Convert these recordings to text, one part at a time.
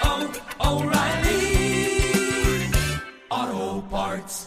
oh, oh, O'Reilly. Auto parts.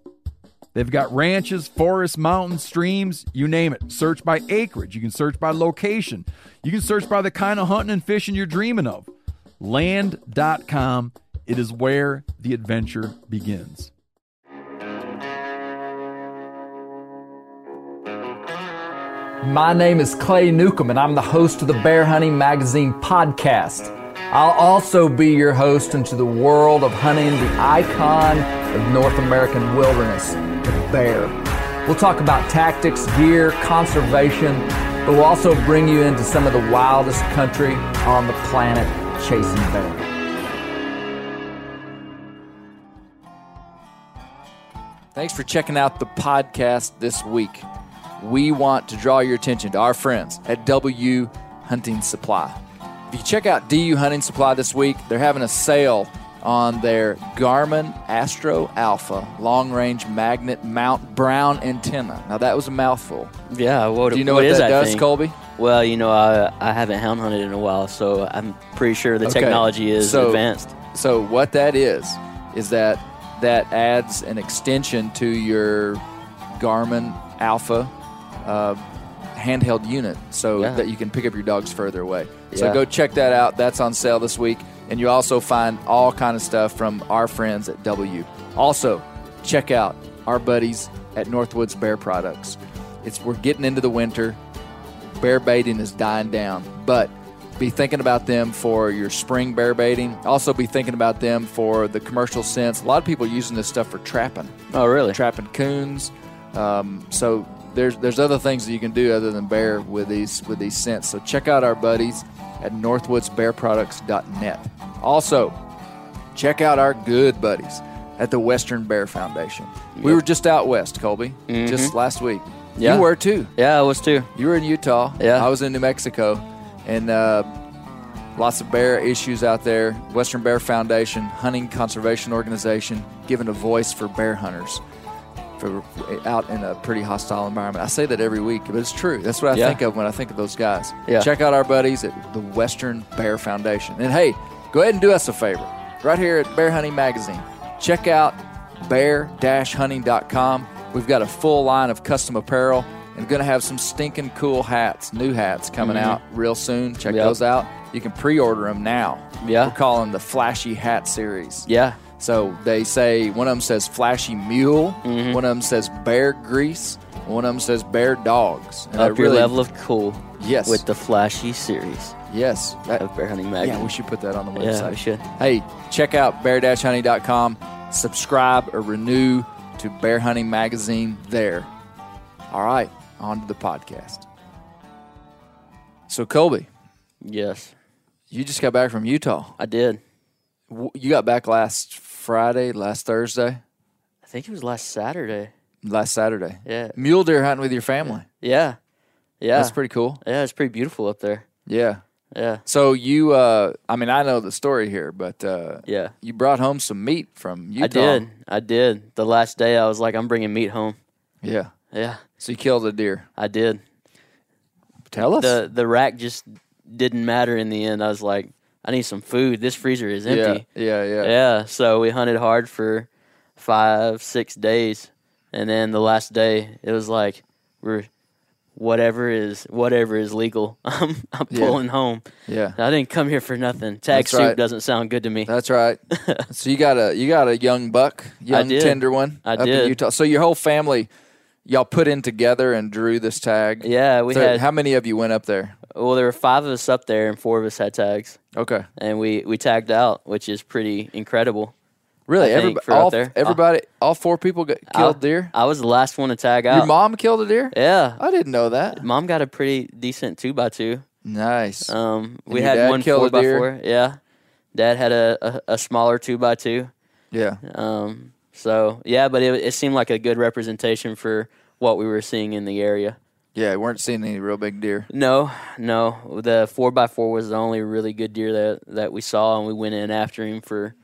They've got ranches, forests, mountains, streams, you name it. Search by acreage. You can search by location. You can search by the kind of hunting and fishing you're dreaming of. Land.com. It is where the adventure begins. My name is Clay Newcomb, and I'm the host of the Bear Hunting Magazine podcast. I'll also be your host into the world of hunting the icon of North American wilderness, the bear. We'll talk about tactics, gear, conservation, but we'll also bring you into some of the wildest country on the planet chasing bear. Thanks for checking out the podcast this week. We want to draw your attention to our friends at W Hunting Supply. If you check out DU Hunting Supply this week, they're having a sale on their Garmin Astro Alpha long range magnet mount brown antenna. Now, that was a mouthful. Yeah, what Do you know what what is that that does, thing? Colby? Well, you know, I, I haven't hound hunted in a while, so I'm pretty sure the Okay. technology is So- advanced. So what that is is that that adds an extension to your Garmin Alpha uh, handheld unit, so Yeah. that you can pick up your dogs further away. So Yeah. go check that out. That's on sale this week, and you also find all kind of stuff from our friends at W. Also, check out our buddies at Northwoods Bear Products. It's we're getting into the winter bear baiting is dying down. But be thinking about them for your spring bear baiting. Also, be thinking about them for the commercial sense. A lot of people are using this stuff for trapping, Oh, really? trapping coons. Um, so there's there's other things that you can do other than bear with these with these scents. So check out our buddies at northwoodsbearproducts.net. Also, check out our good buddies at the Western Bear Foundation. We were just out west, Colby, just last week. Mm-hmm. Yeah. You were too. yeah, I was too. You were in Utah. Yeah. I was in New Mexico, and uh, lots of bear issues out there. Western Bear Foundation, hunting conservation organization, giving a voice for bear hunters. For out in a pretty hostile environment. I say that every week, but it's true. That's what I Yeah. think of when I think of those guys. Yeah. Check out our buddies at the Western Bear Foundation. And hey, go ahead and do us a favor. Right here at Bear Hunting Magazine, check out bear-hunting.com. We've got a full line of custom apparel and going to have some stinking cool hats, new hats coming out real soon. Check Mm-hmm. Yep. those out. You can pre-order them now. Yeah. We're calling the Flashy Hat series. Yeah. So they say one of them says flashy mule, Mm-hmm. one of them says bear grease, one of them says bear dogs. And Up that your really- level of cool. Yes. With the flashy series Yes. That- of Bear Hunting yeah, Magazine. we should put that on the Yeah, website. we should. Hey, check out bear-hunting.com. Subscribe or renew to Bear Hunting Magazine there. All right, on to the podcast. So, Colby, yes, you just got back from Utah. I did. W- You got back last Friday, last Thursday, I think it was last Saturday. last Saturday. Yeah. Mule deer hunting with your family. Yeah. Yeah. That's pretty cool. Yeah, it's pretty beautiful up there. Yeah. Yeah. So you, uh, I mean, I know the story here, but uh, Yeah. you brought home some meat from Utah. I did. I did. The last day, I was like, I'm bringing meat home. Yeah. Yeah. So you killed a deer. I did. Tell us. the the rack just didn't matter in the end. I was like, I need some food. This freezer is empty. Yeah, yeah, yeah. Yeah, so we hunted hard for five, six days, and then the last day it was like we're whatever is whatever is legal. I'm I'm Yeah. pulling home. Yeah. I didn't come here for nothing. Tag That's soup right. doesn't sound good to me. That's right. so you got a you got a young buck, young did. tender one I up in did. Utah. So your whole family, y'all put in together and drew this tag. yeah, we So had how many of you went up there? well there were five of us up there and four of us had tags. Okay, And we, we tagged out, which is pretty incredible. really, I think everybody, for up all, there. everybody, all four people got killed deer. I was the last one to tag out. Your mom killed a deer. Yeah. I didn't know that. Mom got a pretty decent two by two. Nice. Um, we your had dad one killed four a by deer? four. Yeah, Dad had a, a, a smaller two by two. yeah, Um, so yeah, but it, it seemed like a good representation for what we were seeing in the area. yeah. We weren't seeing any real big deer. No, no, the four by four was the only really good deer that that we saw, and we went in after him for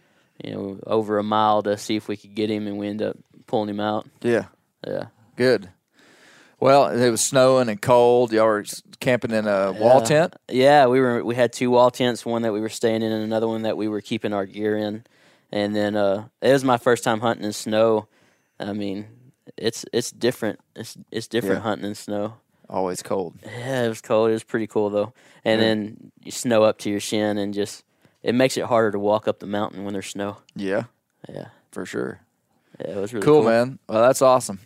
you know over a mile to see if we could get him, and we ended up pulling him out. Yeah, Yeah, good. Well, it was snowing and cold. Y'all were s- camping in a wall tent. Yeah, we were we had two wall tents, one that we were staying in and another one that we were keeping our gear in. And then uh it was my first time hunting in snow. I mean, it's it's different. It's it's different Yeah. hunting in snow. Always cold. Yeah, it was cold. It was pretty cool though. And then you snow up to your shin and just it makes it harder to walk up the mountain when there's snow. Yeah, Yeah. for sure. Yeah, it was really cool, man. Well, that's awesome.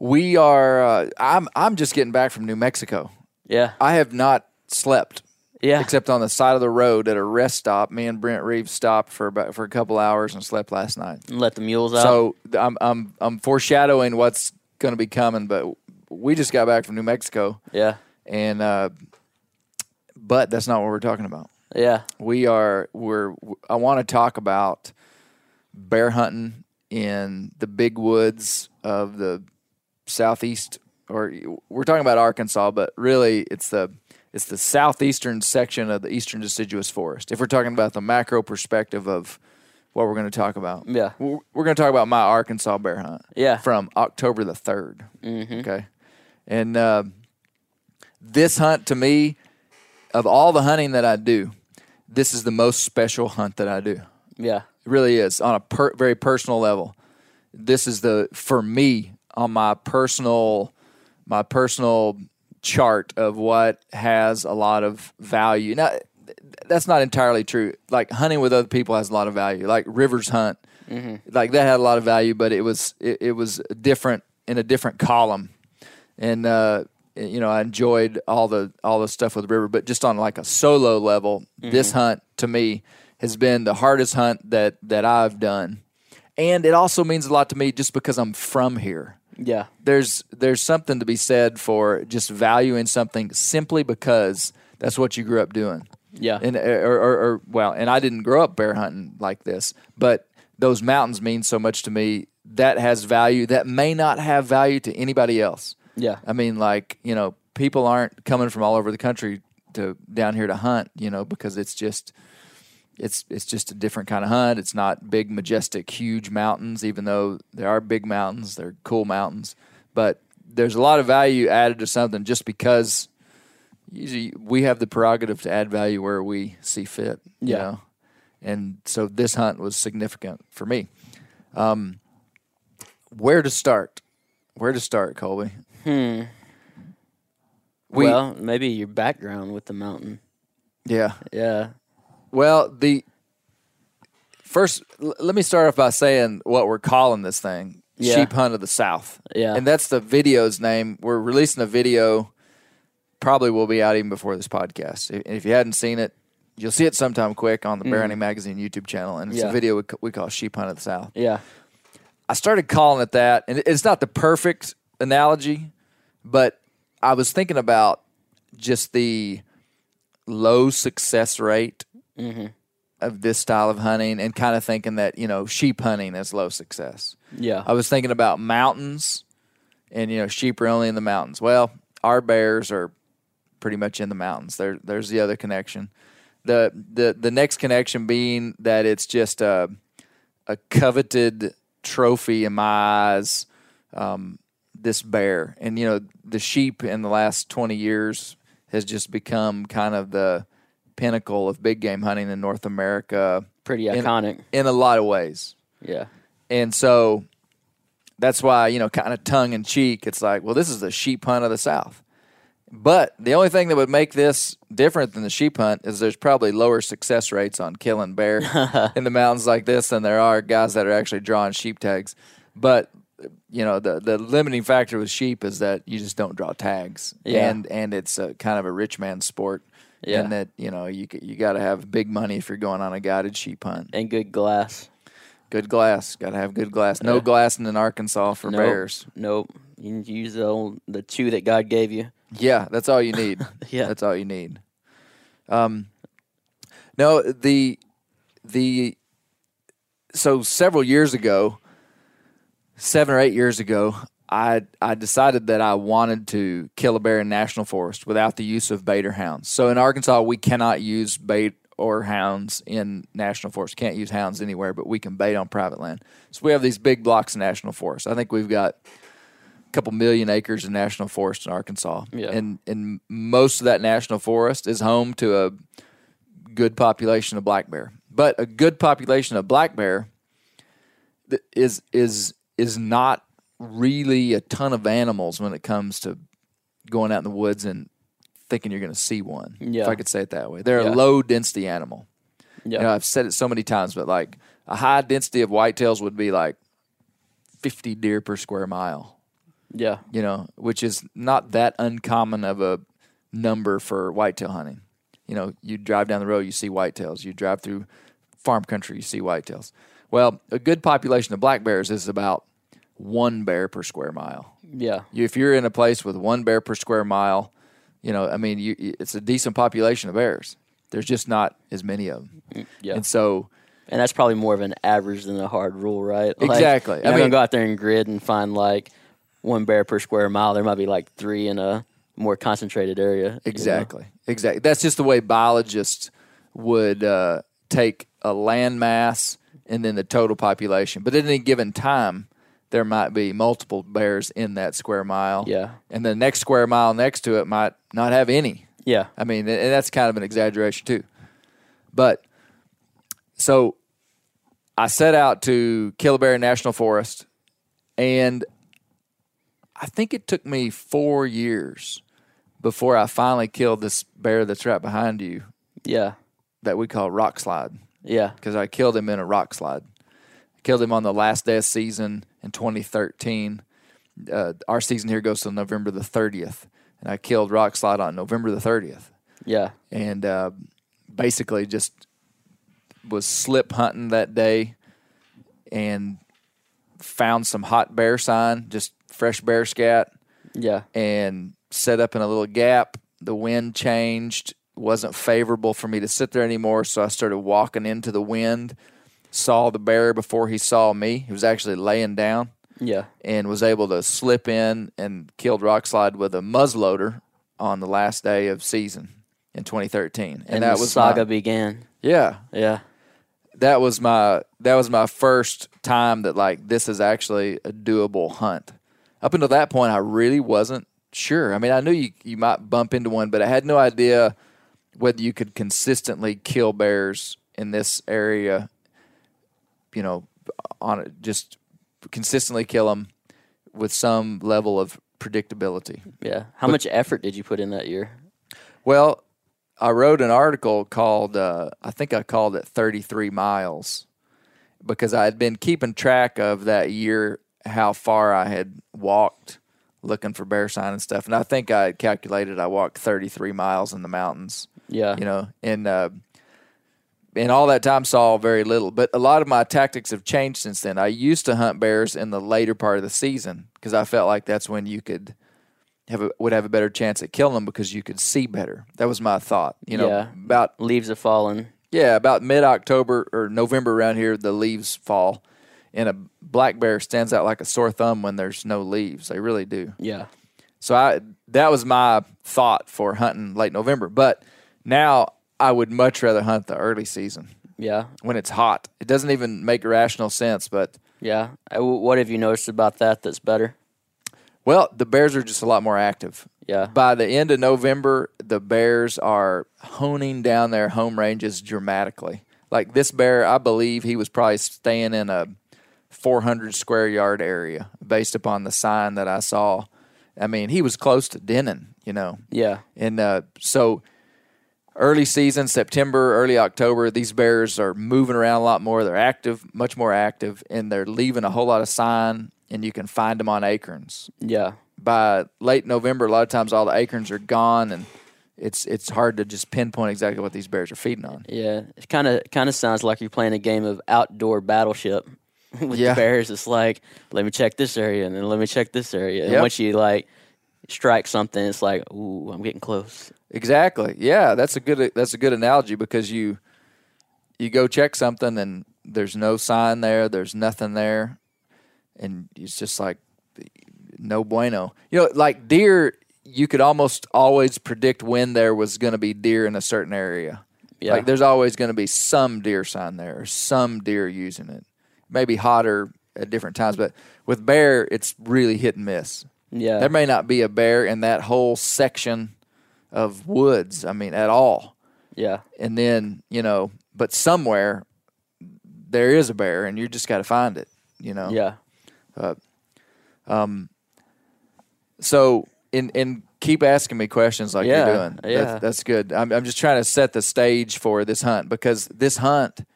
We are. Uh, I'm. I'm just getting back from New Mexico. Yeah. I have not slept Yeah. except on the side of the road at a rest stop. Me and Brent Reeves stopped for about for a couple hours and slept last night. And Let the mules out. So th- I'm. I'm. I'm foreshadowing what's going to be coming. But we just got back from New Mexico, yeah. and uh, but that's not what we're talking about. Yeah. We are. We're. I want to talk about bear hunting in the big woods of the southeast, or we're talking about Arkansas, but really it's the it's the southeastern section of the eastern deciduous forest. If we're talking about the macro perspective of what we're going to talk about, Yeah. we're, we're going to talk about my Arkansas bear hunt, Yeah. from October the 3rd Okay, and uh, this hunt to me, of all the hunting that I do, this is the most special hunt that I do. Yeah. It really is on a per- very personal level. This is the for me on my personal my personal chart of what has a lot of value. Now th- that's not entirely true. Like hunting with other people has a lot of value. Like Rivers hunt, like that had a lot of value, but it was it, it was different in a different column. And uh, you know, I enjoyed all the all the stuff with River, but just on like a solo level, this hunt to me has been the hardest hunt that that I've done. And it also means a lot to me just because I'm from here Yeah. there's there's something to be said for just valuing something simply because that's what you grew up doing. Yeah. And er, or, or, or well, and I didn't grow up bear hunting like this, but those mountains mean so much to me. That has value that may not have value to anybody else. Yeah. I mean, like you know, people aren't coming from all over the country to down here to hunt. You know, because it's just it's it's just a different kind of hunt. It's not big, majestic, huge mountains, even though there are big mountains. They're cool mountains, but there's a lot of value added to something just because usually we have the prerogative to add value where we see fit. You Yeah. know? and so this hunt was significant for me. Um, where to start? Where to start, Colby? Hmm. We, well, maybe your background with the mountain. yeah. Yeah. Well, the first, l- let me start off by saying what we're calling this thing: Yeah. Sheep Hunt of the South. Yeah. and that's the video's name. We're releasing a video. Probably will be out even before this podcast. If, if you hadn't seen it, you'll see it sometime quick on the Bear Hunting Magazine YouTube channel, and it's a Mm. Yeah. video we, c- we call Sheep Hunt of the South. Yeah. I started calling it that, and it- it's not the perfect analogy, but I was thinking about just the low success rate of this style of hunting, and kind of thinking that you know sheep hunting is low success. Yeah. I was thinking about mountains, and you know sheep are only in the mountains. Well, our bears are pretty much in the mountains. There, there's the other connection. The the the next connection being that it's just a a coveted trophy in my eyes. Um, this bear. And you know, the sheep in the last twenty years has just become kind of the pinnacle of big game hunting in North America. Pretty in- iconic. in a lot of ways. Yeah. And so that's why, you know, kind of tongue in cheek, it's like, well, this is the sheep hunt of the South. But the only thing that would make this different than the sheep hunt is there's probably lower success rates on killing bear in the mountains like this than there are guys that are actually drawing sheep tags. But you know the the limiting factor with sheep is that you just don't draw tags, Yeah. and and it's a kind of a rich man's sport, Yeah. and that you know you c- you got to have big money if you're going on a guided sheep hunt. And good glass. Good glass. Got to have good glass. No glassing in Arkansas for Nope. bears. Nope. You can use the old, the two that God gave you. Yeah, that's all you need. Yeah. that's all you need. Um, no, the the so several years ago, seven or eight years ago, I I decided that I wanted to kill a bear in national forest without the use of bait or hounds. So in Arkansas, we cannot use bait or hounds in national forest. Can't use hounds anywhere, but we can bait on private land. So we have these big blocks of national forest. I think we've got couple million acres of national forest in Arkansas. Yeah. And and most of that national forest is home to a good population of black bear. But a good population of black bear th- is is is not really a ton of animals when it comes to going out in the woods and thinking you're going to see one. Yeah. If I could say it that way. They're Yeah. a low density animal. Yeah. You know, I've said it so many times, but like a high density of whitetails would be like 50 deer per square mile Yeah. you know, which is not that uncommon of a number for whitetail hunting. You know, you drive down the road, you see whitetails. You drive through farm country, you see whitetails. Well, a good population of black bears is about one bear per square mile. Yeah. You- If you're in a place with one bear per square mile, you know, I mean, you, it's a decent population of bears. There's just not as many of them. yeah. And so, And that's probably more of an average than a hard rule, right? Like, Exactly. You're I not mean- gonna go out there and grid and find like one bear per square mile. There might be like three in a more concentrated area. you know? Exactly. Exactly. That's just the way biologists would uh, take a land mass and then the total population. But at any given time, there might be multiple bears in that square mile. Yeah. And the next square mile next to it might not have any. Yeah. I mean, and that's kind of an exaggeration too. But so I set out to Killabera National Forest, and I think it took me four years before I finally killed this bear that's right behind you Yeah. that we call Rock Slide Yeah. because I killed him in a rock slide. I killed him on the last day of season in 2013. Uh, our season here goes till November the 30th, and I killed Rock Slide on November the 30th Yeah. and uh, basically just was slip hunting that day and found some hot bear sign, just fresh bear scat, Yeah. and set up in a little gap. The wind changed, wasn't favorable for me to sit there anymore, so I started walking into the wind. Saw the bear before he saw me. He was actually laying down Yeah. and was able to slip in and killed Rockslide with a muzzleloader on the last day of season in 2013. And, And, that the was saga my- began. yeah, Yeah. that was my that was my first time that like this is actually a doable hunt. Up until that point, I really wasn't sure. I mean, I knew you you might bump into one, but I had no idea whether you could consistently kill bears in this area. You know, on it just consistently kill them with some level of predictability. Yeah. How much effort did you put in that year? Well, I wrote an article called, uh, I think I called it 33 Miles because I had been keeping track of that year, how far I had walked looking for bear sign and stuff. And I think I had calculated I walked 33 miles in the mountains, Yeah. you know, and, uh, and all that time saw very little, but a lot of my tactics have changed since then. I used to hunt bears in the later part of the season because I felt like that's when you could have a, would have a better chance at killing them because you could see better. That was my thought. You know, Yeah. about Leaves have fallen. yeah, about mid October or November around here, the leaves fall, and a black bear stands out like a sore thumb when there's no leaves. They really do. Yeah. So I that was my thought for hunting late November. But now I would much rather hunt the early season Yeah. when it's hot. It doesn't even make rational sense, but Yeah. Uh, wh- What have you noticed about that that's better? Well, the bears are just a lot more active. Yeah. By the end of November, the bears are honing down their home ranges dramatically. Like this bear, I believe he was probably staying in a 400 square yard area based upon the sign that I saw. I mean, he was close to Denon, you know. Yeah. And uh, so early season, September, early October, these bears are moving around a lot more. They're active, much more active, and they're leaving a whole lot of sign, and you can find them on acorns. Yeah. By late November, a lot of times all the acorns are gone, and it's it's hard to just pinpoint exactly what these bears are feeding on. Yeah. It kind of kind of sounds like you're playing a game of outdoor battleship with Yeah. the bears. It's like, let me check this area and then let me check this area. And Yep. once you like strike something, it's like, ooh, I'm getting close. Exactly. Yeah, that's a good that's a good analogy because you you go check something and there's no sign there, there's nothing there, and it's just like no bueno. You know, like deer, you could almost always predict when there was going to be deer in a certain area. Yeah. Like there's always going to be some deer sign there or some deer using it. Maybe hotter at different times, but with bear, it's really hit and miss. Yeah. There may not be a bear in that whole section of woods, I mean, at all. Yeah. And then, you know, but somewhere there is a bear and you just got to find it, you know? Yeah. So, and, and keep asking me questions like Yeah, you're doing. yeah. That's, that's good. I'm, I'm just trying to set the stage for this hunt because this hunt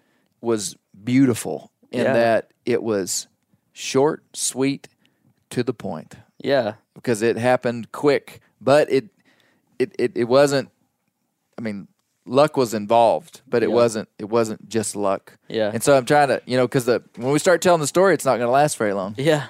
was beautiful in Yeah. that it was short, sweet, to the point. Yeah. because it happened quick, but it it it, it wasn't. I mean, luck was involved, but it wasn't. It wasn't just luck. Yeah. And so I'm trying to, you know, because the when we start telling the story, it's not going to last very long. Yeah.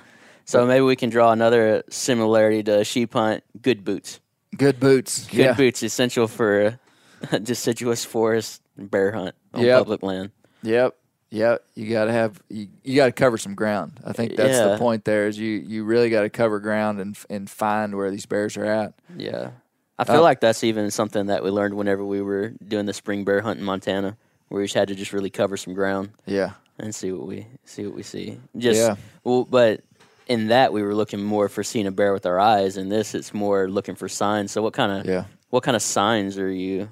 So maybe we can draw another similarity to sheep hunt. Good boots. Good boots. Good boots essential for uh, deciduous forest bear hunt on Yep. public land. Yep. Yep. You got to have. You, you got to cover some ground. I think that's the Yeah. point. There is you. You really got to cover ground and and find where these bears are at. Yeah. I Uh, feel like that's even something that we learned whenever we were doing the spring bear hunt in Montana, where we just had to just really cover some ground Yeah. and see what we see what we see. Just Yeah. well, but in that we were looking more for seeing a bear with our eyes, and this it's more looking for signs. So what kind of Yeah. what kind of signs are you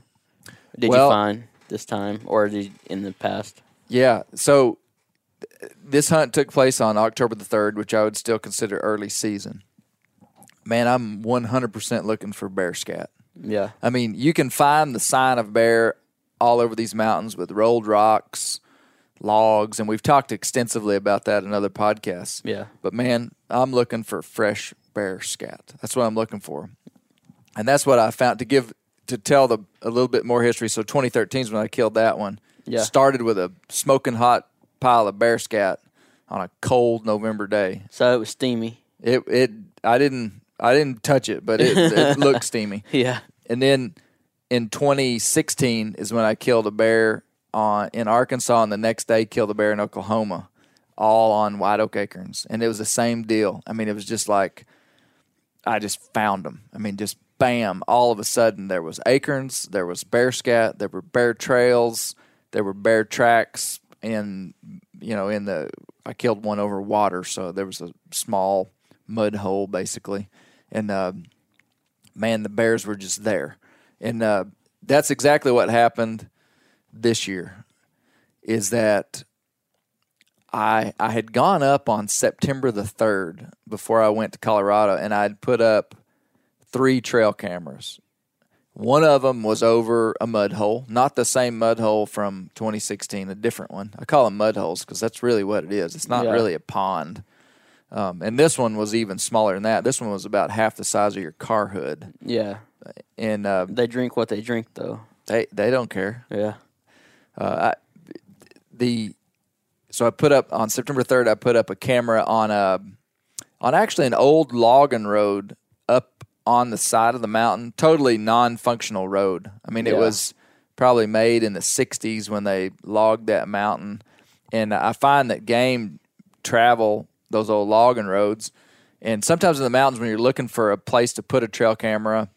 did Well- you find this time or did in the past? Yeah. So th- this hunt took place on October the 3rd, which I would still consider early season. Man, I'm 100% looking for bear scat. Yeah, I mean, you can find the sign of bear all over these mountains with rolled rocks, logs, and we've talked extensively about that in other podcasts. Yeah. But man, I'm looking for fresh bear scat. That's what I'm looking for. And that's what I found to give to tell the a little bit more history. So 2013 is when I killed that one. Yeah. Started with a smoking hot pile of bear scat on a cold November day. so it was steamy. It it I didn't I didn't touch it, but it, it looked steamy. Yeah, And then in 2016 is when I killed a bear on, in Arkansas, and the next day killed a bear in Oklahoma, all on white oak acorns. And it was the same deal. I mean, it was just like I just found them. I mean, just bam! All of a sudden, there was acorns, there was bear scat, there were bear trails, there were bear tracks, and you know, in the I killed one over water, so there was a small mud hole basically, and. Uh, man, the Bears were just there, and uh, that's exactly what happened this year. Is that I I had gone up on September the third before I went to Colorado, and I'd put up three trail cameras. One of them was over a mud hole, not the same mud hole from 2016, a different one. I call them mud holes because that's really what it is. It's not Yeah. really a pond. Um, and this one was even smaller than that. This one was about half the size of your car hood yeah. and uh, They drink what they drink, though. they they don't care. Yeah, The so I put up on September third. I put up a camera on a on actually an old logging road up on the side of the mountain. Totally non-functional road. I mean, it Yeah. was probably made in the '60s when they logged that mountain. And I find that game travel those old logging roads, and sometimes in the mountains when you're looking for a place to put a trail camera,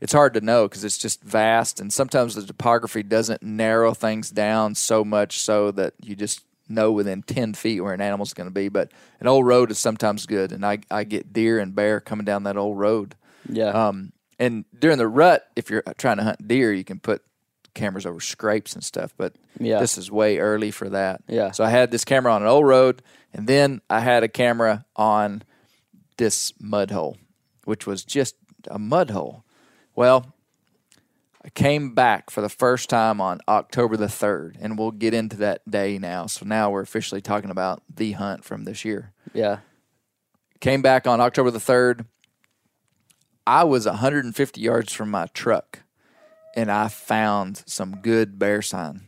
it's hard to know because it's just vast and sometimes the topography doesn't narrow things down so much so that you just know within 10 feet where an animal's going to be. But an old road is sometimes good. And I, I get deer and bear coming down that old road. Yeah. Um, and during the rut, if you're trying to hunt deer, you can put cameras over scrapes and stuff. But Yeah. this is way early for that. Yeah. So I had this camera on an old road, and then I had a camera on this mud hole, which was just a mud hole. Well, I came back for the first time on October the 3rd, and we'll get into that day now. So now we're officially talking about the hunt from this year yeah. came back on October the 3rd. I was 150 yards from my truck and I found some good bear sign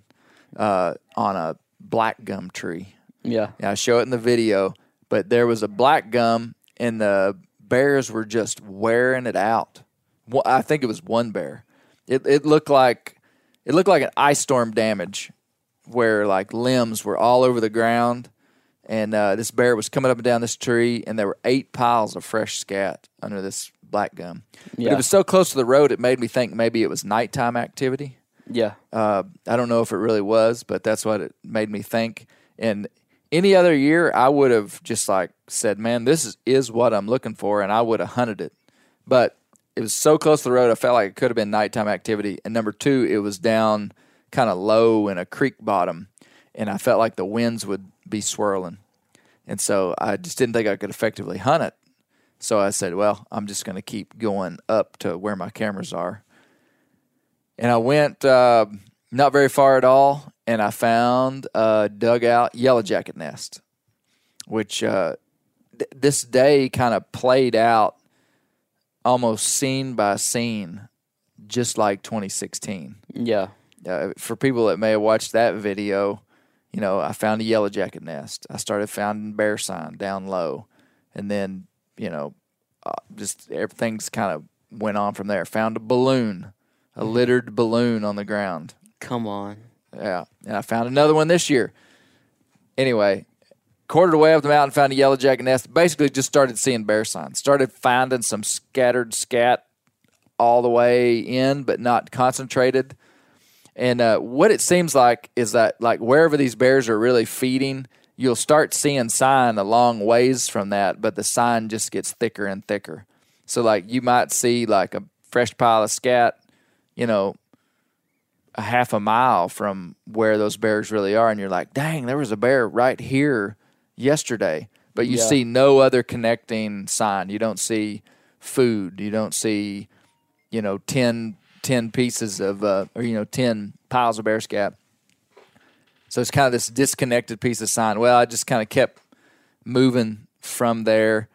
uh, on a black gum tree. Yeah. And I show it in the video, but there was a black gum and the bears were just wearing it out. Wha- I think it was one bear. It, it looked like it looked like an ice storm damage where like limbs were all over the ground and uh, this bear was coming up and down this tree, and there were eight piles of fresh scat under this black gum. But Yeah. it was so close to the road, it made me think maybe it was nighttime activity. Yeah. Uh, I don't know if it really was, but that's what it made me think. And any other year, I would have just like said, "Man, this is, is what I'm looking for," and I would have hunted it. But it was so close to the road, I felt like it could have been nighttime activity. And number two, it was down kind of low in a creek bottom, and I felt like the winds would be swirling, and so I just didn't think I could effectively hunt it. So I said, "Well, I'm just going to keep going up to where my cameras are." and I went uh, not very far at all, and I found a dugout yellow jacket nest, which uh, th- this day kind of played out almost scene by scene, just like 2016 Yeah. uh, for people that may have watched that video, you know, I found a yellow jacket nest. I started finding bear sign down low, and then you know, uh, just everything's kind of went on from there. Found a balloon, a littered balloon on the ground. Come on. Yeah, and I found another one this year. Anyway, quarter of the way up the mountain, found a yellow jacket nest. Basically, just started seeing bear signs. Started finding some scattered scat all the way in, but not concentrated. And uh, what it seems like is that like wherever these bears are really feeding, you'll start seeing sign a long ways from that, but the sign just gets thicker and thicker. So like you might see like a fresh pile of scat, you know, a half a mile from where those bears really are, and you're like, dang, there was a bear right here yesterday. But you Yeah. see no other connecting sign. You don't see food. You don't see, you know, 10, 10 pieces of, uh, or, you know, 10 piles of bear scat. So it's kind of this disconnected piece of sign. Well, I just kind of kept moving from there.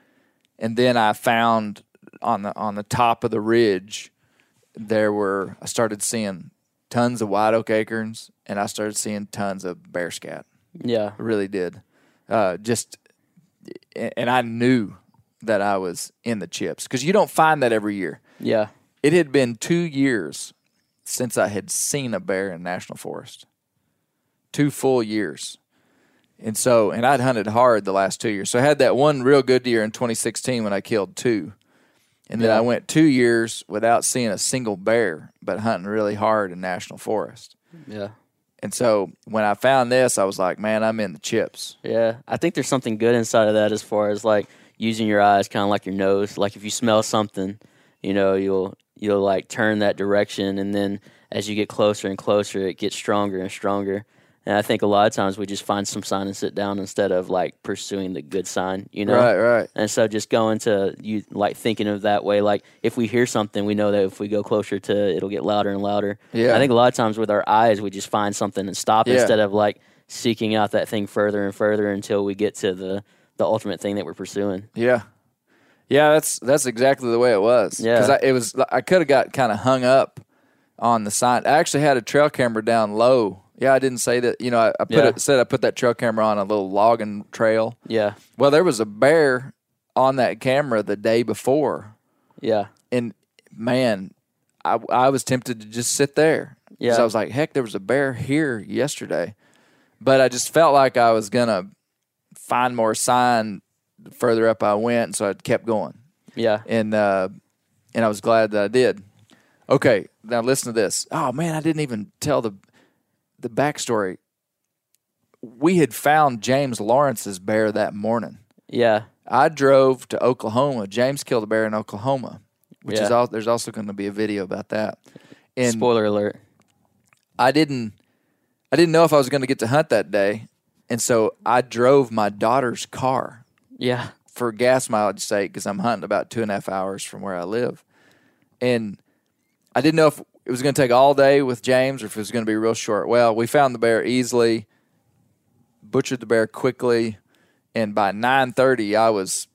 And then I found on the on the top of the ridge, there were I started seeing tons of white oak acorns, and I started seeing tons of bear scat. Yeah. I really did. Uh, just and I knew that I was in the chips because you don't find that every year. Yeah. It had been two years since I had seen a bear in national forest. Two full years. And so, and I'd hunted hard the last two years. So I had that one real good year in 2016 when I killed two. And then I went two years without seeing a single bear, but hunting really hard in national forest. Yeah. And so when I found this, I was like, man, I'm in the chips. Yeah. I think there's something good inside of that as far as like using your eyes kind of like your nose. Like if you smell something, you know, you'll you'll like turn that direction and then as you get closer and closer it gets stronger and stronger. And I think a lot of times we just find some sign and sit down instead of like pursuing the good sign, you know. Right, right. And so just going to you like thinking of that way, like if we hear something, we know that if we go closer to it'll get louder and louder. Yeah. I think a lot of times with our eyes we just find something and stop Yeah. instead of like seeking out that thing further and further until we get to the the ultimate thing that we're pursuing. Yeah, yeah, that's that's exactly the way it was. Yeah. because it was I could have got kind of hung up on the sign. I actually had a trail camera down low. Yeah, I didn't say that. You know, I, I put Yeah. it, said I put that trail camera on a little logging trail. Yeah. Well, there was a bear on that camera the day before, Yeah. and man, I I was tempted to just sit there. 'Cause Yeah. I was like, heck, there was a bear here yesterday, but I just felt like I was gonna find more sign the further up I went, so I kept going Yeah. and uh, and I was glad that I did. Okay, now listen to this. Oh man, I didn't even tell the the backstory. we had found James Lawrence's bear that morning. Yeah. I drove to Oklahoma. James killed a bear in Oklahoma, which is Yeah. all, there's also going to be a video about that. And Spoiler alert. I didn't I didn't know if I was going to get to hunt that day, and so I drove my daughter's car Yeah. for gas mileage sake because I'm hunting about two and a half hours from where I live, and I didn't know if it was going to take all day with James or if it was going to be real short. Well, we found the bear easily, butchered the bear quickly, and by nine thirty, I was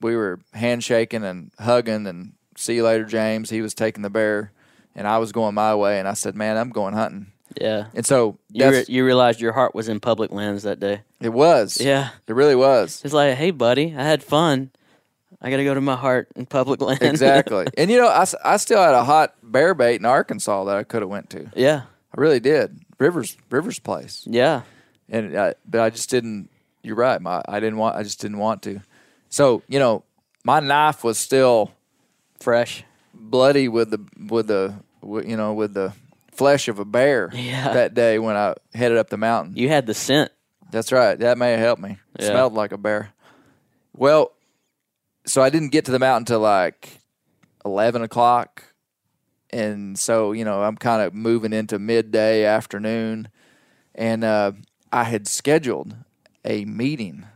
we were handshaking and hugging and see you later, James. He was taking the bear, and I was going my way, and I said, "Man, I'm going hunting." Yeah. And so You, that's, re- you realized your heart was in public lands that day. it was. Yeah. It really was. It's like, hey, buddy, I had fun. I got to go to my heart in public lands. Exactly. and you know, I, s- I still had a hot bear bait in Arkansas that I could have went to. I yeah. really did. Rivers Rivers place. Yeah. And I, but I just didn't you're right. My I didn't want I just didn't want to. So, you know, my knife was still Fresh. bloody with the with the with, you know, with the flesh of a bear Yeah. that day when I headed up the mountain. You had the scent. That's right. That may have helped me. It Yeah. Smelled like a bear. Well, so I didn't get to the mountain till like eleven o'clock, and so you know I'm kind of moving into midday afternoon, and uh, I had scheduled a meeting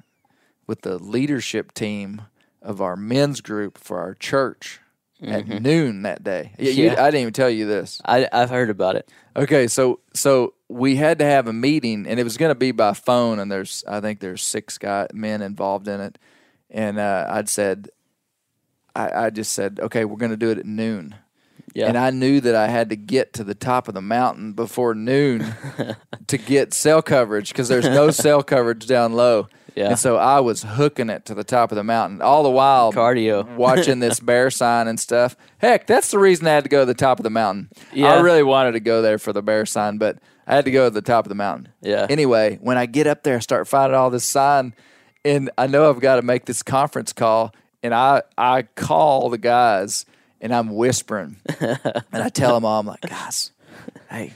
with the leadership team of our men's group for our church at noon that day. Yeah, you, Mm-hmm. Yeah. I didn't even tell you this. I, I've heard about it. Okay, so so we had to have a meeting, and it was going to be by phone. And there's, I think there's six guy men involved in it. And uh, I'd said, I, I just said, okay, we're going to do it at noon. Yeah. And I knew that I had to get to the top of the mountain before noon to get cell coverage because there's no cell coverage down low. Yeah. And so I was hooking it to the top of the mountain all the while Cardio. watching this bear sign and stuff. Heck, that's the reason I had to go to the top of the mountain. I Yeah. really wanted to go there for the bear sign, but I had to go to the top of the mountain. Yeah. Anyway, when I get up there, I start finding all this sign, and I know I've got to make this conference call, and I I call the guys, and I'm whispering, and I tell them all, I'm like, guys, hey.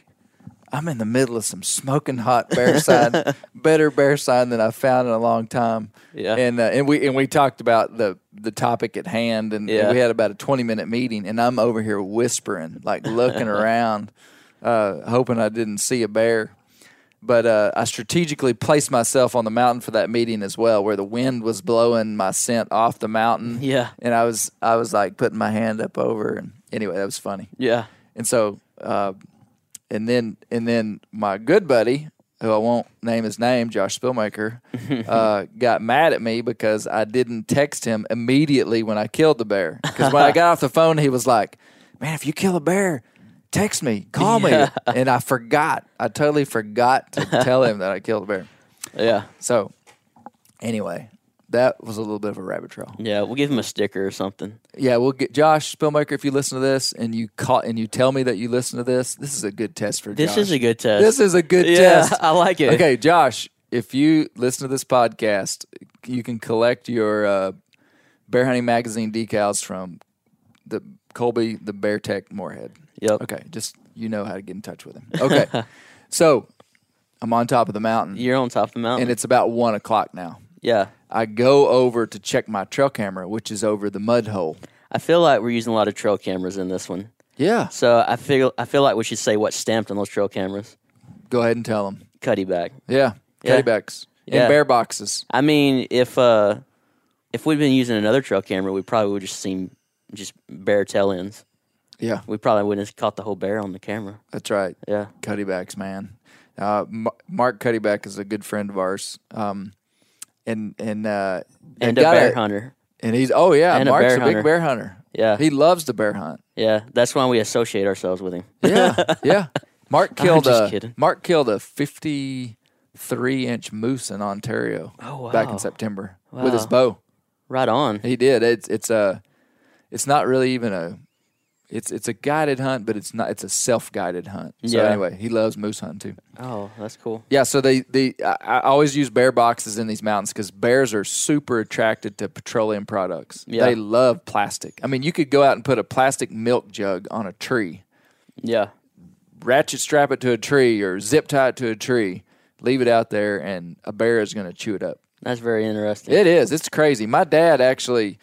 I'm in the middle of some smoking hot bear sign, better bear sign than I've found in a long time. Yeah. and uh, and we and we talked about the the topic at hand, and Yeah. we had about a 20 minute meeting, and I'm over here whispering, like looking around, uh, hoping I didn't see a bear. But uh, I strategically placed myself on the mountain for that meeting as well, where the wind was blowing my scent off the mountain. Yeah. and I was I was like putting my hand up over, and anyway, that was funny. Yeah. And so, uh, and then and then my good buddy, who I won't name his name, Josh Spillmaker, uh, got mad at me because I didn't text him immediately when I killed the bear. Because when I got off the phone, he was like, "Man, if you kill a bear." Text me, call me, and I forgot. I totally forgot to tell him that I killed a bear. Yeah. So, anyway, that was a little bit of a rabbit trail. Yeah. We'll give him a sticker or something. Yeah, we'll get Josh Spillmaker. If you listen to this and you call and you tell me that you listen to this, this is a good test for This Josh. is a good test. This is a good Yeah, test. I like it. Okay, Josh, if you listen to this podcast, you can collect your uh, Bear Hunting Magazine decals from the Colby the Bear Tech Moorhead. Yep. Okay, just you know how to get in touch with him. Okay, so I'm on top of the mountain, You're on top of the mountain. and it's about one o'clock now. yeah. I go over to check my trail camera, which is over the mud hole. I feel like we're using a lot of trail cameras in this one. Yeah. So I feel I feel like we should say what's stamped on those trail cameras. Go ahead and tell them. Cuddy back. Yeah. Yeah. Cutty backs. Yeah. And bear boxes. I mean, if uh if we'd been using another trail camera, we probably would just seen just bare tail ends. Yeah. We probably wouldn't have caught the whole bear on the camera. That's right. Yeah. Cutty backs, man. Uh, M- Mark Cuddyback is a good friend of ours. Um, and and uh, they've And a got bear hunter. And he's oh yeah, And a Mark's bear a, hunter. big bear hunter. Yeah. He loves to bear hunt. Yeah. That's why we associate ourselves with him. Yeah. yeah. Mark killed just a kidding. Mark killed a fifty three inch moose in Ontario Oh, back wow. in September with his Wow. bow. Right on. He did. It's it's a it's not really even a it's it's a guided hunt, but it's not it's a self guided hunt. So Yeah. anyway, he loves moose hunting too. Oh, that's cool. Yeah, so they the I, I always use bear boxes in these mountains because bears are super attracted to petroleum products. Yeah. They love plastic. I mean, you could go out and put a plastic milk jug on a tree, Yeah. ratchet strap it to a tree, or zip tie it to a tree. leave it out there, and a bear is going to chew it up. That's very interesting. It is. It's crazy. My dad actually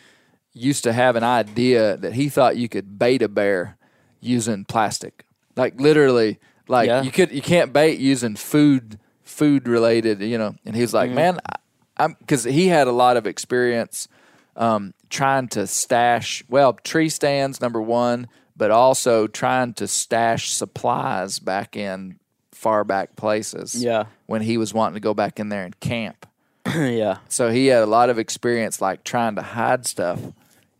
used to have an idea that he thought you could bait a bear using plastic. Like literally, like Yeah. you could you can't bait using food food related, you know. And he was like, Mm-hmm. "Man, I, I'm cuz he had a lot of experience um, trying to stash, well, tree stands number 1, but also trying to stash supplies back in far back places." Yeah. When he was wanting to go back in there and camp. yeah. So he had a lot of experience like trying to hide stuff.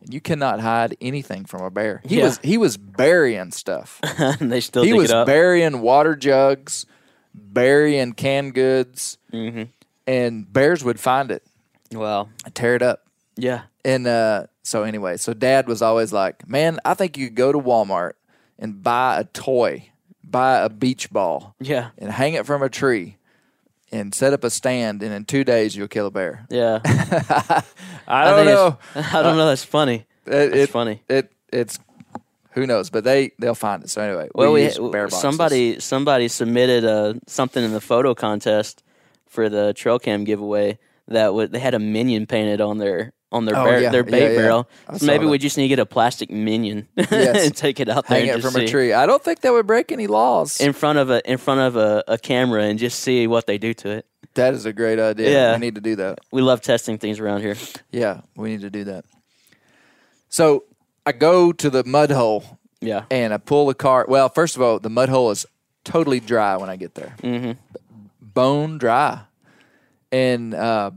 And you cannot hide anything from a bear. He Yeah. was he was burying stuff. and they still he dig was it up. burying water jugs, burying canned goods, Mm-hmm. and bears would find it, wow. and tear it up. Yeah. And uh, so anyway, so dad was always like, "Man, I think you could go to Walmart and buy a toy, buy a beach ball, Yeah. and hang it from a tree, and set up a stand, and in two days you'll kill a bear." Yeah. I, I don't know. I don't know. That's funny. It- That's it- funny. It it's who knows, but they they'll find it. So anyway, Well, we, use bear boxes. somebody somebody submitted uh, something in the photo contest for the trail cam giveaway that would they had a minion painted on their on their Oh, bar- yeah, their yeah, bait yeah. barrel. I So saw maybe that. we just need to get a plastic minion Yes. and take it out there hang and it just from a see. tree. I don't think that would break any laws. in front of a in front of a, a camera and just see what they do to it. that is a great idea. Yeah. we need to do that. We love testing things around here. Yeah, we need to do that. So I go to the mud hole Yeah. and I pull the cart. Well, first of all, the mud hole is totally dry when I get there, mm-hmm. bone dry, and uh,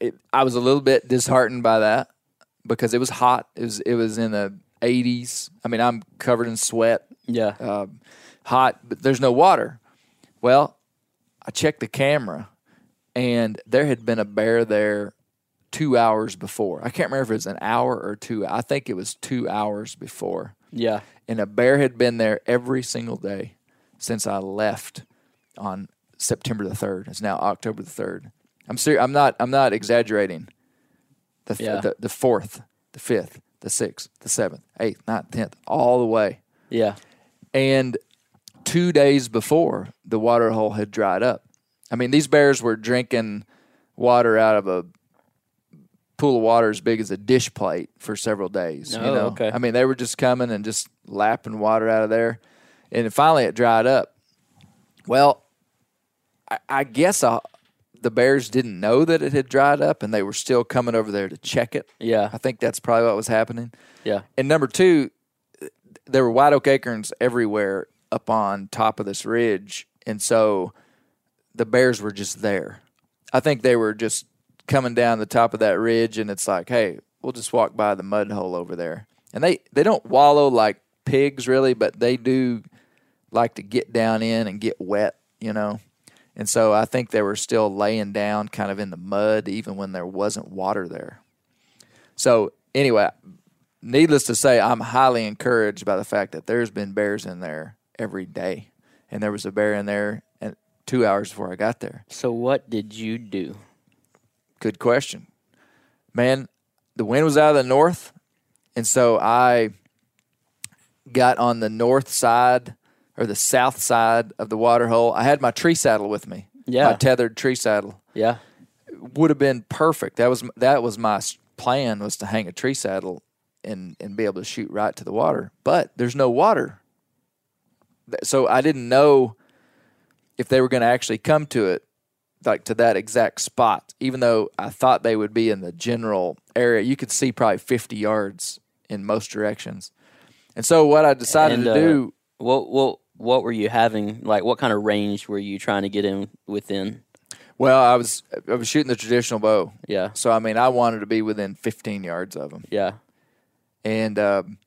it, I was a little bit disheartened by that because it was hot. It was it was in the 80s. I mean, I'm covered in sweat, yeah. um, hot, but there's no water. Well, I checked the camera, and there had been a bear there two hours before. I can't remember if it was an hour or two. I think it was two hours before. yeah. And a bear had been there every single day since I left on September the third. It's now October the third. I'm serious. I'm not. I'm not exaggerating. The f- Yeah. the, the fourth, the fifth, the sixth, the seventh, eighth, ninth, tenth, all the way. Yeah. And two days before, the water hole had dried up. I mean, these bears were drinking water out of a pool of water as big as a dish plate for several days. you Oh, know? okay. I mean, they were just coming and just lapping water out of there. And finally, it dried up. Well, I, I guess I, the bears didn't know that it had dried up and they were still coming over there to check it. Yeah. I think that's probably what was happening. Yeah. And number two, there were white oak acorns everywhere up on top of this ridge. And so the bears were just there. I think they were just coming down the top of that ridge and it's like, hey, we'll just walk by the mud hole over there. And they, they don't wallow like pigs really, but they do like to get down in and get wet, you know. And so I think they were still laying down kind of in the mud even when there wasn't water there. So anyway, needless to say, I'm highly encouraged by the fact that there's been bears in there every day, and there was a bear in there and two hours before I got there. So what did you do? Good question, man. The wind was out of the north, and so I got on the north side or the south side of the water hole. I had my tree saddle with me, Yeah. my tethered tree saddle Yeah. would have been perfect. That was that was my s- plan was to hang a tree saddle and and be able to shoot right to the water. But there's no water, Th- so I didn't know if they were going to actually come to it, like to that exact spot. Even though I thought they would be in the general area, you could see probably 50 yards in most directions. And so what I decided And, to uh, do What what what were you having? Like what kind of range were you trying to get in within? Well, I was I was shooting the traditional bow. Yeah. So I mean, I wanted to be within 15 yards of them, Yeah. and um,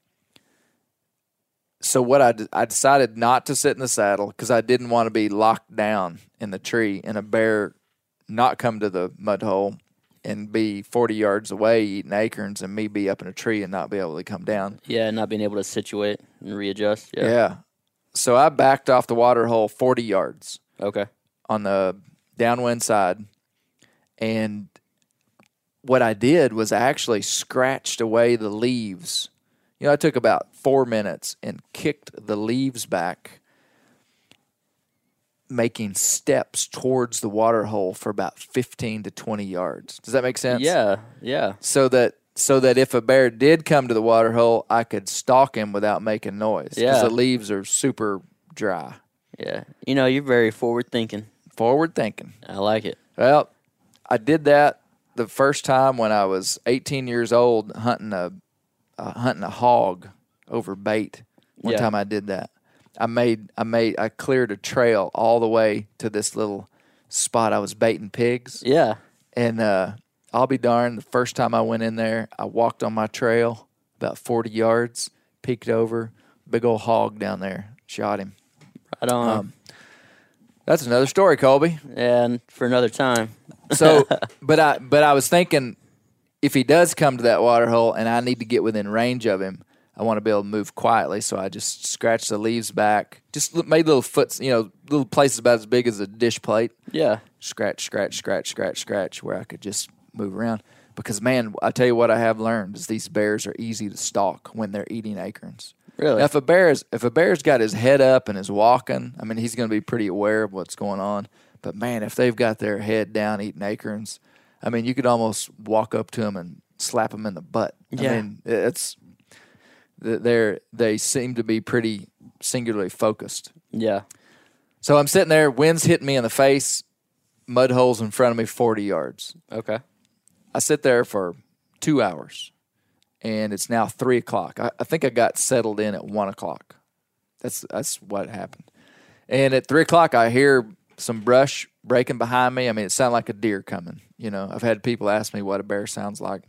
so what I d- I decided not to sit in the saddle because I didn't want to be locked down in the tree and a bear not come to the mud hole and be 40 yards away eating acorns and me be up in a tree and not be able to come down. Yeah, not being able to situate and readjust. Yeah. yeah. So I backed off the water hole 40 yards. Okay. on the downwind side. And what I did was I actually scratched away the leaves. You know, I took about four minutes and kicked the leaves back making steps towards the water hole for about 15 to 20 yards. Does that make sense? Yeah, yeah. So that so that if a bear did come to the water hole, I could stalk him without making noise Yeah. the leaves are super dry. Yeah. You know, you're very forward thinking. Forward thinking. I like it. Well, I did that the first time when I was 18 years old hunting a uh, hunting a hog over bait. One Yeah. time I did that. I made I made I cleared a trail all the way to this little spot I was baiting pigs. Yeah. And uh, I'll be darned, the first time I went in there, I walked on my trail about 40 yards, peeked over, big old hog down there, shot him. Right on. That's another story, Colby. and for another time. So, but I but I was thinking if he does come to that water hole and I need to get within range of him, I want to be able to move quietly. So I just scratched the leaves back, just li- made little foots, you know, little places about as big as a dish plate. Yeah. Scratch, scratch, scratch, scratch, scratch, where I could just move around. Because man, I tell you what I have learned is these bears are easy to stalk when they're eating acorns. Really? Now, if a bear is if a bear's got his head up and is walking, I mean he's going to be pretty aware of what's going on. But man, if they've got their head down eating acorns, I mean you could almost walk up to them and slap them in the butt. Yeah. I mean it's they're they seem to be pretty singularly focused. Yeah. So I'm sitting there, wind's hitting me in the face, mud holes in front of me 40 yards. Okay. I sit there for two hours, and it's now three o'clock. I, I think I got settled in at one o'clock. That's that's what happened. And at three o'clock, I hear some brush breaking behind me. I mean, it sounded like a deer coming. You know, I've had people ask me what a bear sounds like.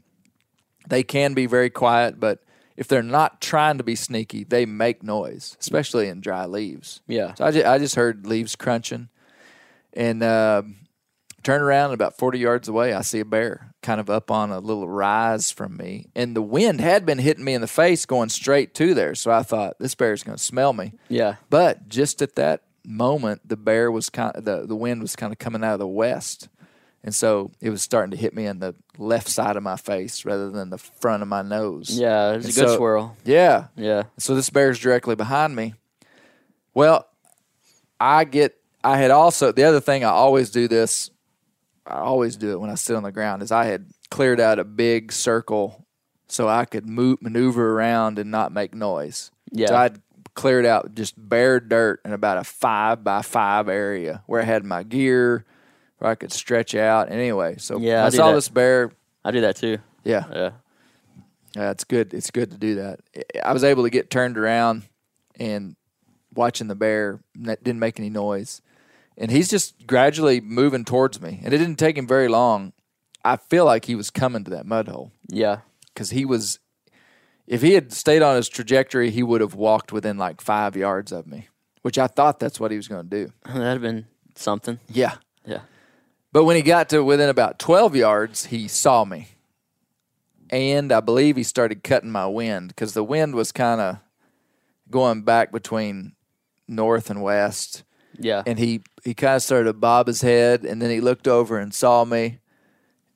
They can be very quiet, but if they're not trying to be sneaky, they make noise, especially in dry leaves. Yeah. So I just, I just heard leaves crunching, and uh, turn around and about 40 yards away i see a bear kind of up on a little rise from me and the wind had been hitting me in the face going straight to there so i thought this bear's going to smell me Yeah. but just at that moment the bear was kind of the, the wind was kind of coming out of the west and so it was starting to hit me in the left side of my face rather than the front of my nose Yeah. It was a And good so- swirl. yeah Yeah. so this bear's directly behind me. Well, I get I had also the other thing I always do this I always do it when I sit on the ground is I had cleared out a big circle so I could move maneuver around and not make noise. Yeah. So I'd cleared out just bare dirt in about a five by five area where I had my gear where I could stretch out. Anyway, so Yeah, I I, do saw that. this bear. I do that too. Yeah. Yeah. Yeah, Uh, it's good. It's good to do that. I- I was able to get turned around and watching the bear that didn't make any noise, and he's just gradually moving towards me. And it didn't take him very long. I feel like he was coming to that mud hole Yeah. because he was. If he had stayed on his trajectory, he would have walked within like five yards of me, which I thought that's what he was going to do. That'd have been something. Yeah, Yeah. but when he got to within about 12 yards, he saw me. And I believe he started cutting my wind because the wind was kind of going back between north and west. Yeah. And he, he kind of started to bob his head. And then he looked over and saw me.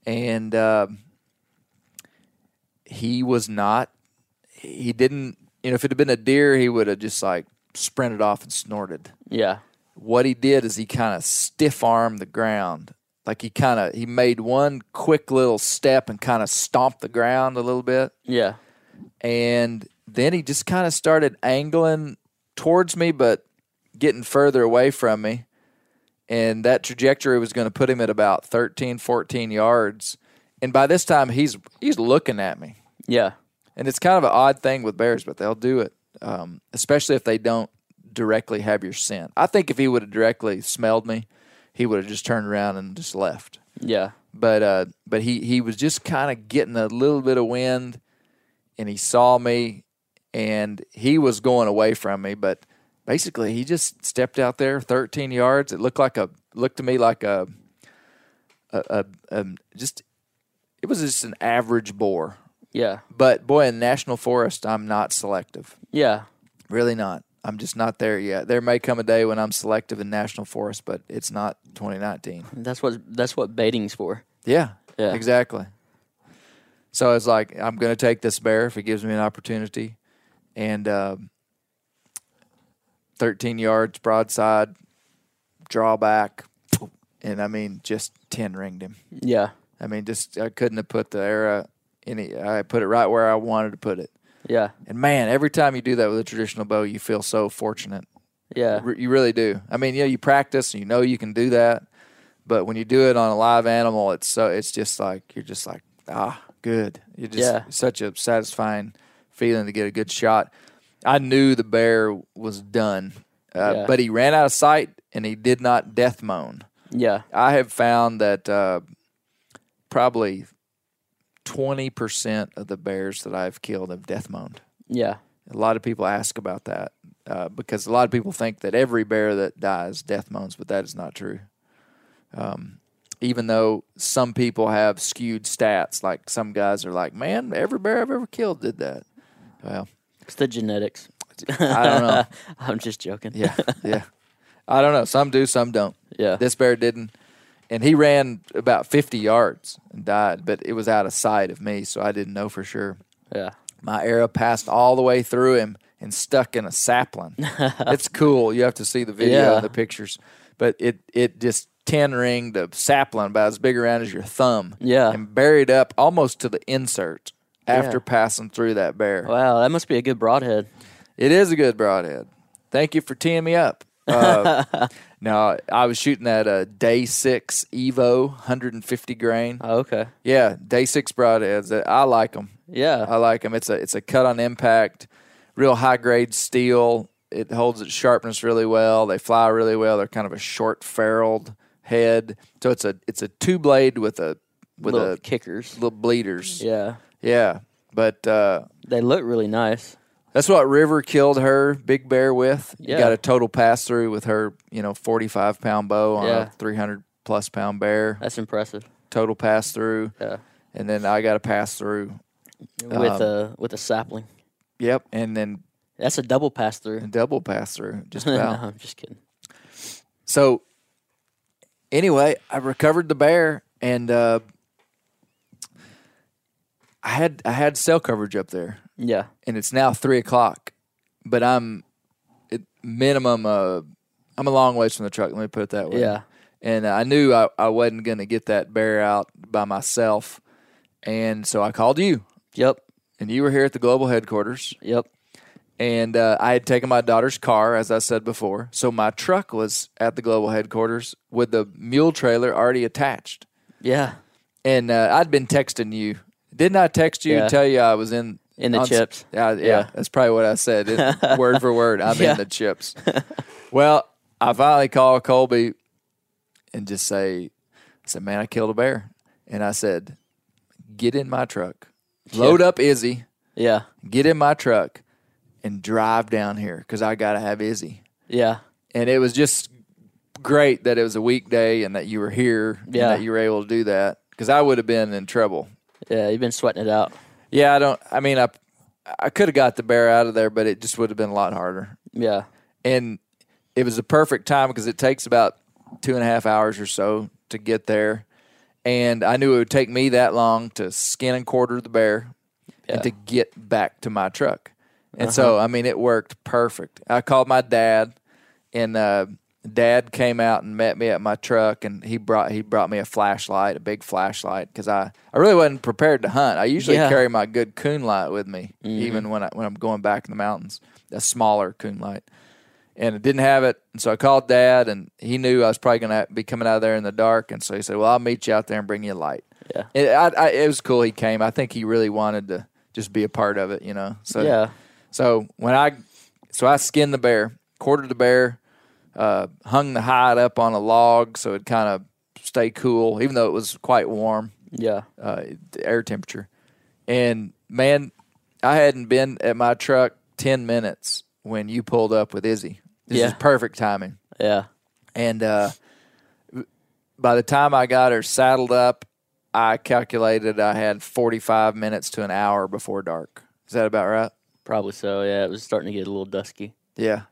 And um he was not, he didn't, you know, if it had been a deer, he would have just like sprinted off and snorted yeah. what he did is he kind of stiff armed the ground. Like he kind of he made one quick little step and kind of stomped the ground a little bit, Yeah. and then he just kind of started angling towards me, but getting further away from me. And that trajectory was going to put him at about 13, 14 yards. And by this time, he's he's looking at me Yeah. and it's kind of an odd thing with bears, but they'll do it, um, especially if they don't directly have your scent. I think if he would have directly smelled me, he would have just turned around and just left. Yeah. But uh, but he he was just kind of getting a little bit of wind, and he saw me, and he was going away from me. But basically, he just stepped out there 13 yards. It looked like a looked to me like a a, a, a just it was just an average boar. Yeah. But boy, in national forest, I'm not selective. Yeah. Really not. I'm just not there yet. There may come a day when I'm selective in national forest, but it's not 2019. That's what that's what baiting's for. Yeah. Yeah. Exactly. So it's like I'm going to take this bear if it gives me an opportunity, and um 13 yards broadside, drawback, and I mean just ten ringed him. Yeah. I mean just I couldn't have put the arrow any. I put it right where I wanted to put it. Yeah. And man, every time you do that with a traditional bow, you feel so fortunate. Yeah. Re- You really do. I mean, you know, you practice and you know you can do that, but when you do it on a live animal, it's so it's just like you're just like ah, good. You just Yeah. such a satisfying feeling to get a good shot. I knew the bear was done, uh, Yeah. but he ran out of sight and he did not death moan. Yeah. I have found that uh, probably twenty percent of the bears that I've killed have death moaned. Yeah. A lot of people ask about that uh, because a lot of people think that every bear that dies death moans, but that is not true. Um, even though some people have skewed stats, like some guys are like, "Man, every bear I've ever killed did that." Well, It's the genetics. I don't know. I'm just joking. Yeah, yeah. I don't know. Some do, some don't. Yeah. This bear didn't, and he ran about fifty yards and died, but it was out of sight of me, so I didn't know for sure. Yeah. My arrow passed all the way through him and stuck in a sapling. it's cool. You have to see the video Yeah. and the pictures. But it it just ten ringed a sapling about as big around as your thumb. Yeah. And buried up almost to the insert after Yeah. passing through that bear. Wow, that must be a good broadhead. It is a good broadhead. Thank you for teeing me up. Uh, now I was shooting at a day six Evo 150 grain. Oh, okay. Yeah, day six broadheads. I like them. Yeah. I like them. It's a it's a cut on impact, real high grade steel. It holds its sharpness really well. They fly really well. They're kind of a short ferruled head, so it's a it's a two blade with a with Little a kickers. little bleeders. Yeah. yeah. But uh, They look really nice. that's what River killed her big bear with. You Yeah. got a total pass through with her, you know, forty five pound bow on Yeah. a three hundred plus pound bear. That's impressive. Total pass through, Yeah. and then I got a pass through. With a with a sapling. Yep, and then That's a double pass through. double pass through. Just no, about. I'm just kidding. So anyway, I recovered the bear and uh, I had I had cell coverage up there, Yeah. and it's now three o'clock. But I'm at minimum. Uh, I'm a long ways from the truck. Let me put it that way. Yeah. And I knew I, I wasn't going to get that bear out by myself, and so I called you, Yep. and you were here at the global headquarters. Yep. and uh, I had taken my daughter's car, as I said before. So my truck was at the global headquarters with the mule trailer already attached, Yeah. and uh, I'd been texting you. Didn't I text you Yeah. and tell you I was in In the on s- uh, chips. Yeah, yeah, Yeah. that's probably what I said, It- word for word. I'm Yeah. in the chips. well, I finally call Colby and just say, I said, man, I killed a bear, and I said, get in my truck, load up Izzy Yeah. get in my truck and drive down here because I got to have Izzy. Yeah. And it was just great that it was a weekday and that you were here Yeah. and that you were able to do that because I would have been in trouble. Yeah. You've been sweating it out. Yeah, I don't, I mean, I, I could have got the bear out of there, but it just would have been a lot harder. Yeah. And it was a perfect time because it takes about two and a half hours or so to get there. And I knew it would take me that long to skin and quarter the bear and to get back to my truck. And so, I mean, it worked perfect. I called my dad, and uh, dad came out and met me at my truck, and he brought he brought me a flashlight, a big flashlight, because I, I really wasn't prepared to hunt. I usually Yeah. carry my good coon light with me, even when I when I'm going back in the mountains, a smaller coon light. And I didn't have it, and so I called dad, and he knew I was probably going to be coming out of there in the dark, and so he said, "Well, I'll meet you out there and bring you a light." Yeah. it, I, I, it was cool. He came. I think he really wanted to just be a part of it, you know. So Yeah. so when I so I skinned the bear, quartered the bear, uh, hung the hide up on a log so it kind of stay cool, even though it was quite warm, Yeah. uh, the air temperature. And man, I hadn't been at my truck ten minutes when you pulled up with Izzy. This Yeah. is perfect timing. Yeah. And uh, by the time I got her saddled up, I calculated I had forty-five minutes to an hour before dark. Is that about right? Probably so. Yeah. It was starting to get a little dusky. Yeah.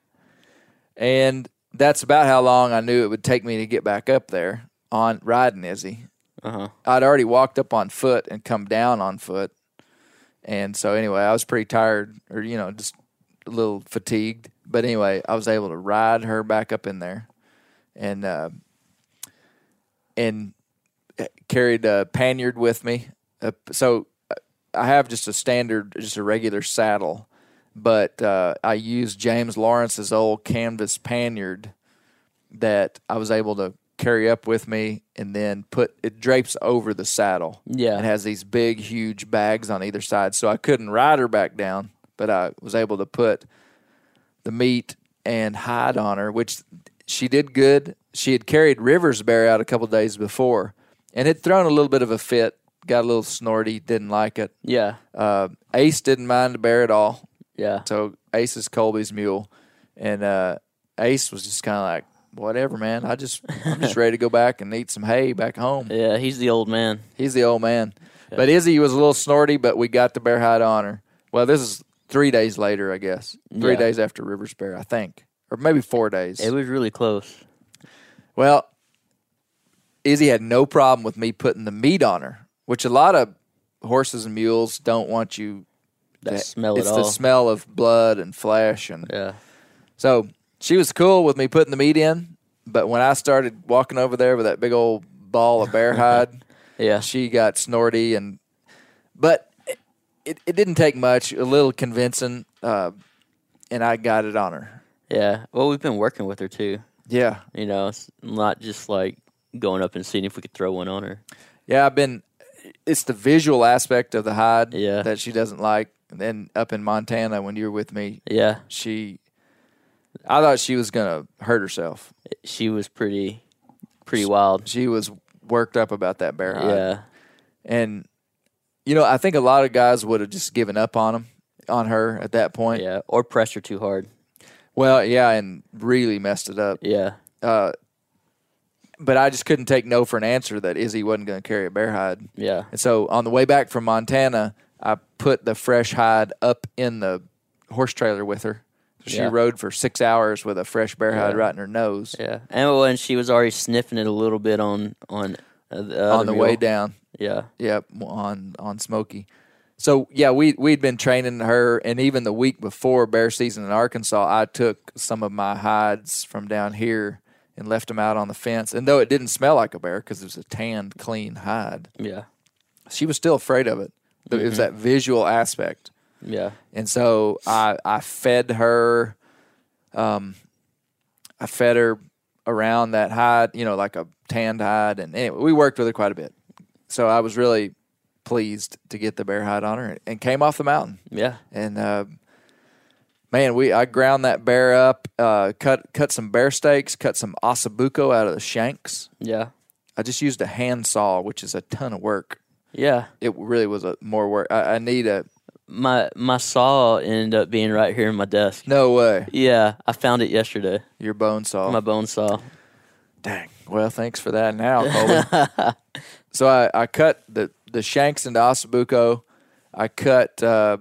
And that's about how long I knew it would take me to get back up there on riding Izzy. Uh-huh. I'd already walked up on foot and come down on foot. And so, anyway, I was pretty tired or, you know, just a little fatigued. But anyway, I was able to ride her back up in there. and uh, and uh, carried a paniard with me. Uh, so uh, I have just a standard, just a regular saddle, but uh, I used James Lawrence's old canvas paniard that I was able to carry up with me, and then put it drapes over the saddle. Yeah. it has these big, huge bags on either side, so I couldn't ride her back down, but I was able to put the meat and hide on her, which she did good. She had carried Rivers Bear out a couple days before and had thrown a little bit of a fit, got a little snorty, didn't like it. Yeah. Uh, Ace didn't mind the bear at all. Yeah. So Ace is Colby's mule. And uh, Ace was just kind of like, whatever, man. I just, I'm just ready to go back and eat some hay back home. Yeah. He's the old man. He's the old man. But Izzy was a little snorty, but we got the bear hide on her. Well, this is three days later, I guess. Three Yeah. days after Rivers Bear, I think. Or maybe four days. It was really close. well, Izzy had no problem with me putting the meat on her, which a lot of horses and mules don't want you That smell It's at the all. smell of blood and flesh and Yeah. so she was cool with me putting the meat in, but when I started walking over there with that big old ball of bear hide, Yeah. she got snorty and but it, it didn't take much a little convincing uh, and i got it on her Yeah. Well, we've been working with her too. yeah You know, it's not just like going up and seeing if we could throw one on her. yeah i've been it's the visual aspect of the hide Yeah. that she doesn't like and then up in montana when you were with me Yeah. she i thought she was gonna hurt herself She was pretty, pretty wild. she was worked up about that bear hide Yeah. and you know i think a lot of guys would have just given up on him on her at that point Yeah. Or pressure too hard. well yeah and really messed it up Yeah. but I just couldn't take no for an answer that Izzy wasn't going to carry a bear hide. Yeah. And so on the way back from Montana, I put the fresh hide up in the horse trailer with her. She Yeah. rode for six hours with a fresh bear hide right in her nose Yeah. And when she was already sniffing it a little bit on on uh, the other on the way mule. down. Yeah. Yep, on on Smoky. So yeah, we we'd been training her, and even the week before bear season in Arkansas, I took some of my hides from down here and left them out on the fence. And though it didn't smell like a bear because it was a tanned, clean hide, Yeah. she was still afraid of it. Th- It was that visual aspect, Yeah. and so I I fed her, um, I fed her around that hide, you know, like a tanned hide, and anyway, we worked with her quite a bit. So I was really pleased to get the bear hide on her, and came off the mountain, Yeah. and uh, man, we I ground that bear up, uh, cut cut some bear steaks, cut some ossobuco out of the shanks. Yeah. I just used a hand saw, which is a ton of work Yeah. it really was a more work. I, I need a My my saw ended up being right here in my desk. no way Yeah. I found it yesterday. your bone saw. My bone saw. Dang. Well, thanks for that. Now, Colby. so I, I cut the the shanks into ossobuco. I cut uh,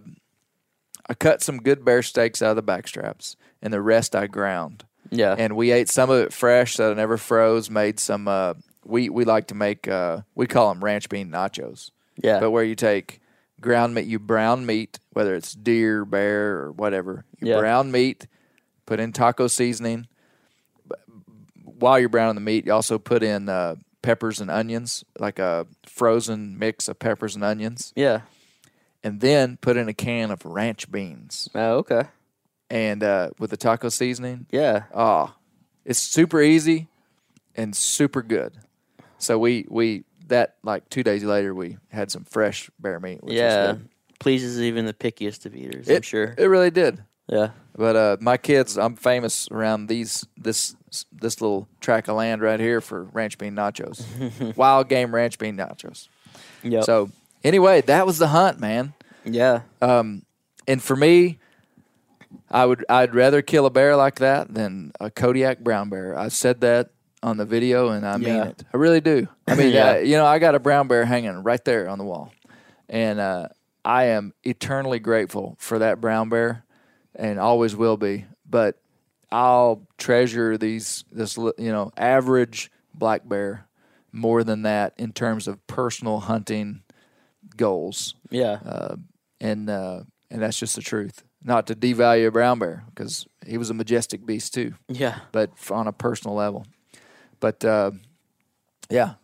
I cut some good bear steaks out of the back straps, and the rest I ground. Yeah. and we ate some of it fresh that I never froze. Made some. Uh, we we like to make. Uh, we call them ranch bean nachos. Yeah. but where you take ground meat, you brown meat, whether it's deer, bear, or whatever. You Yeah. brown meat, put in taco seasoning. B- While you're browning the meat, you also put in uh, peppers and onions, like a frozen mix of peppers and onions, Yeah. and then put in a can of ranch beans Oh, okay. and uh, with the taco seasoning. Yeah. Oh, it's super easy and super good. So we we that like two days later we had some fresh bear meat. Which yeah. was good. Pleases even the pickiest of eaters, it, I'm sure. it really did. yeah. But uh, my kids, I'm famous around these this this little track of land right here for ranch bean nachos, wild game ranch bean nachos. Yeah. So uh, anyway, that was the hunt, man. yeah. And for me, I would I'd rather kill a bear like that than a Kodiak brown bear. I said that on the video, and I mean Yeah. it. I really do. I mean, Yeah. uh, you know, I got a brown bear hanging right there on the wall, and uh, I am eternally grateful for that brown bear, and always will be. But I'll treasure these this li- you know average black bear more than that in terms of personal hunting goals yeah. Um, and uh, and that's just the truth. Not to devalue a brown bear because he was a majestic beast too, yeah. but f- on a personal level. But uh, yeah,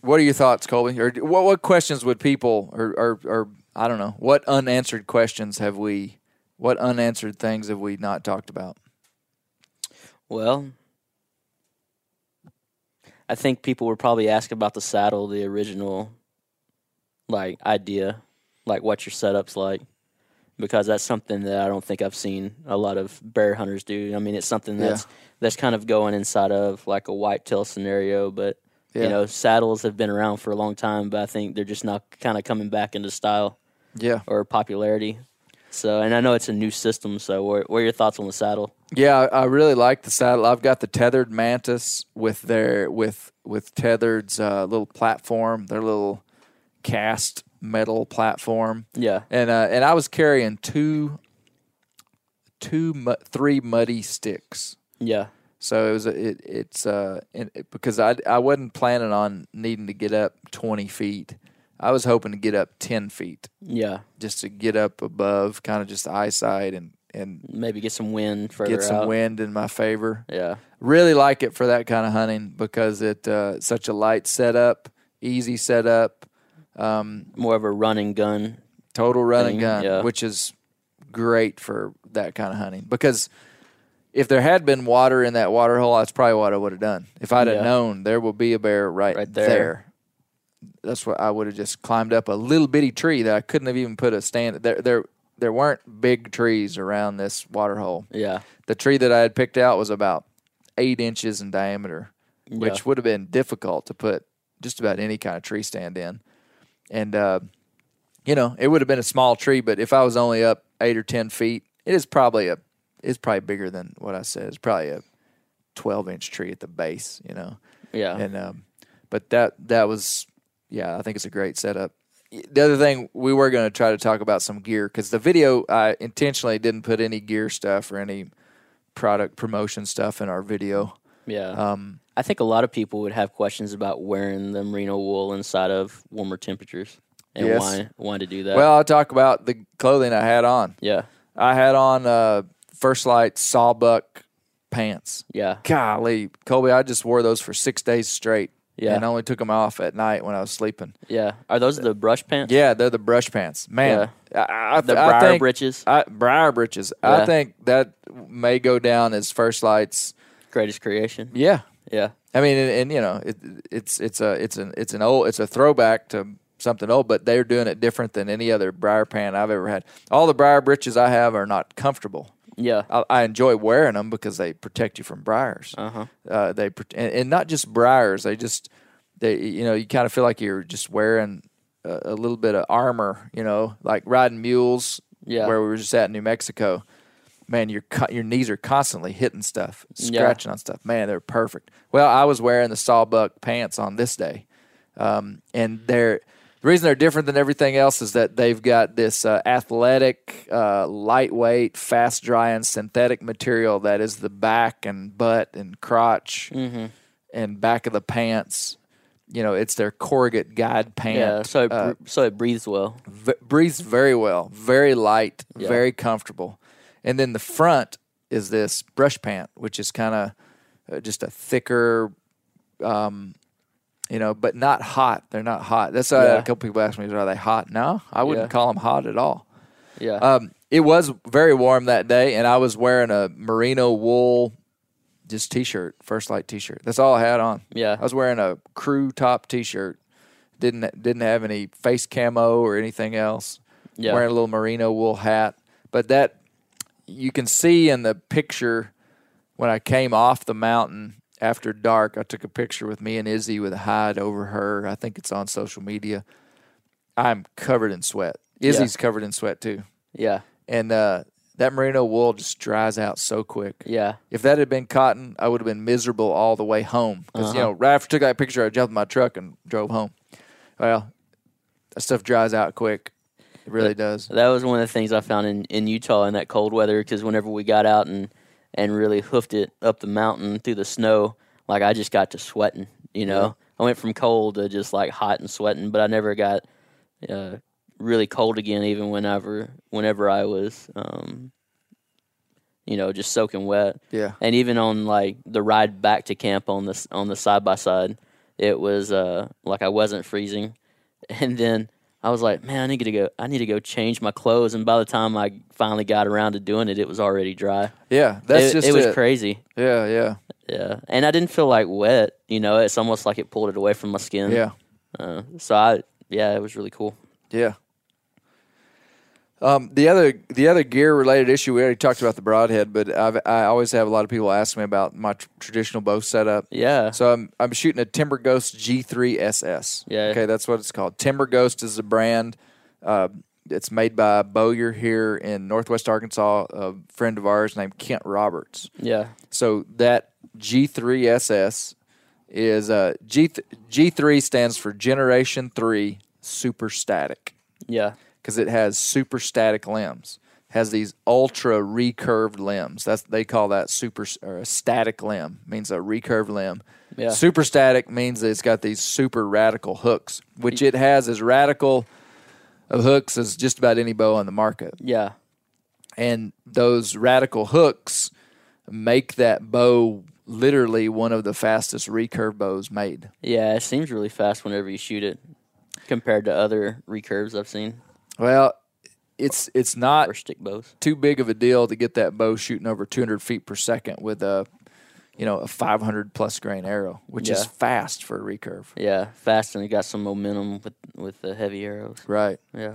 what are your thoughts, Colby? Or what what questions would people or or, or I don't know what unanswered questions have we? What unanswered things have we not talked about? Well, I think people were probably asking about the saddle, the original like idea, like what your setup's like, because that's something that I don't think I've seen a lot of bear hunters do. I mean, it's something Yeah. that's that's kind of going inside of like a whitetail scenario, but Yeah. you know, saddles have been around for a long time, but I think they're just now kind of coming back into style Yeah, or popularity. So, and I know it's a new system. So, what, what are your thoughts on the saddle? Yeah, I I really like the saddle. I've got the tethered mantis with their with with tethered's uh, little platform, their little cast metal platform, Yeah, and uh, and I was carrying two, two mu- three muddy sticks. yeah, So it was a, it it's uh and it, because I I wasn't planning on needing to get up twenty feet. I was hoping to get up ten feet yeah. just to get up above, kind of just eyesight and and Maybe get some wind further get some out. wind in my favor Yeah, really like it for that kind of hunting because it uh, it's such a light setup, easy setup, more of a running gun. total run and Thing, gun, yeah. which is great for that kind of hunting because if there had been water in that water hole, that's probably what I would have done. If I'd Yeah. have known there will be a bear right, Right there. there. that's what I would have just climbed up a little bitty tree that I couldn't have even put a stand. There, there, there weren't big trees around this water hole. Yeah, the tree that I had picked out was about eight inches in diameter, Yeah. which would have been difficult to put just about any kind of tree stand in. And, uh, you know, it would have been a small tree, but if I was only up eight or 10 feet, it is probably a, it's probably bigger than what I said. It's probably a 12 inch tree at the base, you know? yeah, And um, but that that was yeah, I think it's a great setup. The other thing we were going to try to talk about some gear because the video I intentionally didn't put any gear stuff or any product promotion stuff in our video. yeah. Um, I think a lot of people would have questions about wearing the merino wool inside of warmer temperatures and Yes. why why to do that. Well, I'll talk about the clothing I had on. yeah, I had on uh, First Light sawbuck pants. yeah, Golly, Colby, I just wore those for six days straight. Yeah. and only took them off at night when I was sleeping. yeah. Are those the brush pants? Yeah, they're the brush pants, man. I, I, the I briar think- britches. I, Briar Britches. I Yeah. think that may go down as First Light's. Greatest creation. Yeah, Yeah, I mean, and, and you know, it, it's it's a it's an it's an old it's a throwback to something old, but they're doing it different than any other Briar Pant I've ever had. All the Briar Britches I have are not comfortable. yeah, I, I enjoy wearing them because they protect you from briars. Uh-huh. Uh, they pro- and, and not just briars. They just they you know you kind of feel like you're just wearing a, a little bit of armor. You know, like riding mules. Yeah. Where we were just at in New Mexico, man, your co- your knees are constantly hitting stuff, scratching on stuff. Man, they're perfect. Well, I was wearing the sawbuck pants on this day, um, and they're. The reason they're different than everything else is that they've got this uh, athletic, uh, lightweight, fast drying synthetic material that is the back and butt and crotch Mm-hmm. and back of the pants. You know, it's their corrugate guide pant. uh, yeah. So it, br- so it breathes well. v- breathes very well, very light, very comfortable. And then the front is this brush pant, which is kind of uh, just a thicker, um, you know, but not hot. They're not hot. That's why I had a Yeah. couple people asked me, are they hot? No, I wouldn't Yeah. call them hot at all. Yeah, Um, it was very warm that day, and I was wearing a merino wool just t-shirt, first light t-shirt. That's all I had on. Yeah. I was wearing a crew top t-shirt. Didn't didn't have any face camo or anything else. Yeah. Wearing a little merino wool hat, but that you can see in the picture when I came off the mountain after dark. I took a picture with me and Izzy with a hide over her. I think it's on social media. I'm covered in sweat. Izzy's covered in sweat too yeah, and uh, that merino wool just dries out so quick. yeah, If that had been cotton, I would have been miserable all the way home. Because Uh-huh. you know, right after I took that picture, I jumped in my truck and drove home. Well, that stuff dries out quick. It really does. That was one of the things I found in, in Utah in that cold weather because whenever we got out and, and really hoofed it up the mountain through the snow, like I just got to sweating, you know. I went from cold to just like hot and sweating, but I never got uh, really cold again, even whenever whenever I was um, you know, just soaking wet. Yeah. And even on like the ride back to camp on this on the side by side, it was uh like I wasn't freezing. And then I was like, man, I need to go I need to go change my clothes and by the time I finally got around to doing it, it was already dry. Yeah, that's it, just it was crazy. Yeah, yeah, Yeah. And I didn't feel like wet, you know, it's almost like it pulled it away from my skin. yeah, Uh, so I yeah, it was really cool. yeah. Um, the other the other gear related issue we already talked about the broadhead, but I've, I always have a lot of people ask me about my tr- traditional bow setup. Yeah. So I'm I'm shooting a Timber Ghost G3 SS. Yeah. Okay, that's what it's called. Timber Ghost is the brand. Uh, it's made by Bowyer here in Northwest Arkansas, a friend of ours named Kent Roberts. yeah. So that G3SS is uh, G G3 stands for Generation Three Super Static Yeah. because it has super static limbs. Has these ultra recurved limbs. That's they call that super or a static limb means a recurved limb. Yeah. Super static means that it's got these super radical hooks, which it has as radical of hooks as just about any bow on the market Yeah. and those radical hooks make that bow literally one of the fastest recurve bows made. Yeah, it seems really fast whenever you shoot it compared to other recurves I've seen Well, it's it's not or stick bows. too big of a deal to get that bow shooting over 200 feet per second with a you know a 500 plus grain arrow, which is Yeah. fast for a recurve. Yeah, fast and it got some momentum with with the heavy arrows. Right. Yeah.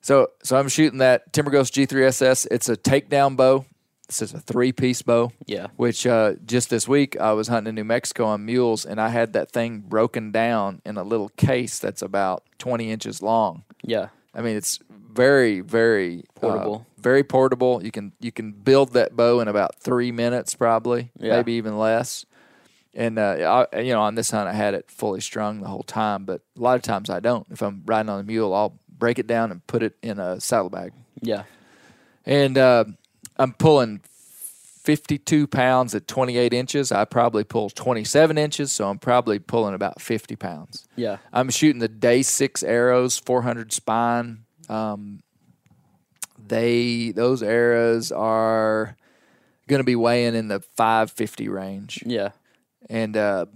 So so I'm shooting that Timber Ghost G3SS. It's a takedown bow. This is a three piece bow. Yeah. Which uh, just this week I was hunting in New Mexico on mules and I had that thing broken down in a little case that's about 20 inches long. Yeah. I mean it's very very uh, Portable. very portable. You can you can build that bow in about three minutes probably, Yeah. maybe even less. And uh, I, you know, on this hunt, I had it fully strung the whole time. But a lot of times I don't. If I'm riding on a mule, I'll break it down and put it in a saddlebag. Yeah. And uh, I'm pulling 52 pounds at 28 inches. I probably pull 27 inches, so I'm probably pulling about 50 pounds. Yeah. I'm shooting the day six arrows, 400 spine. Um, they those arrows are going to be weighing in the 550 range Yeah. and uh,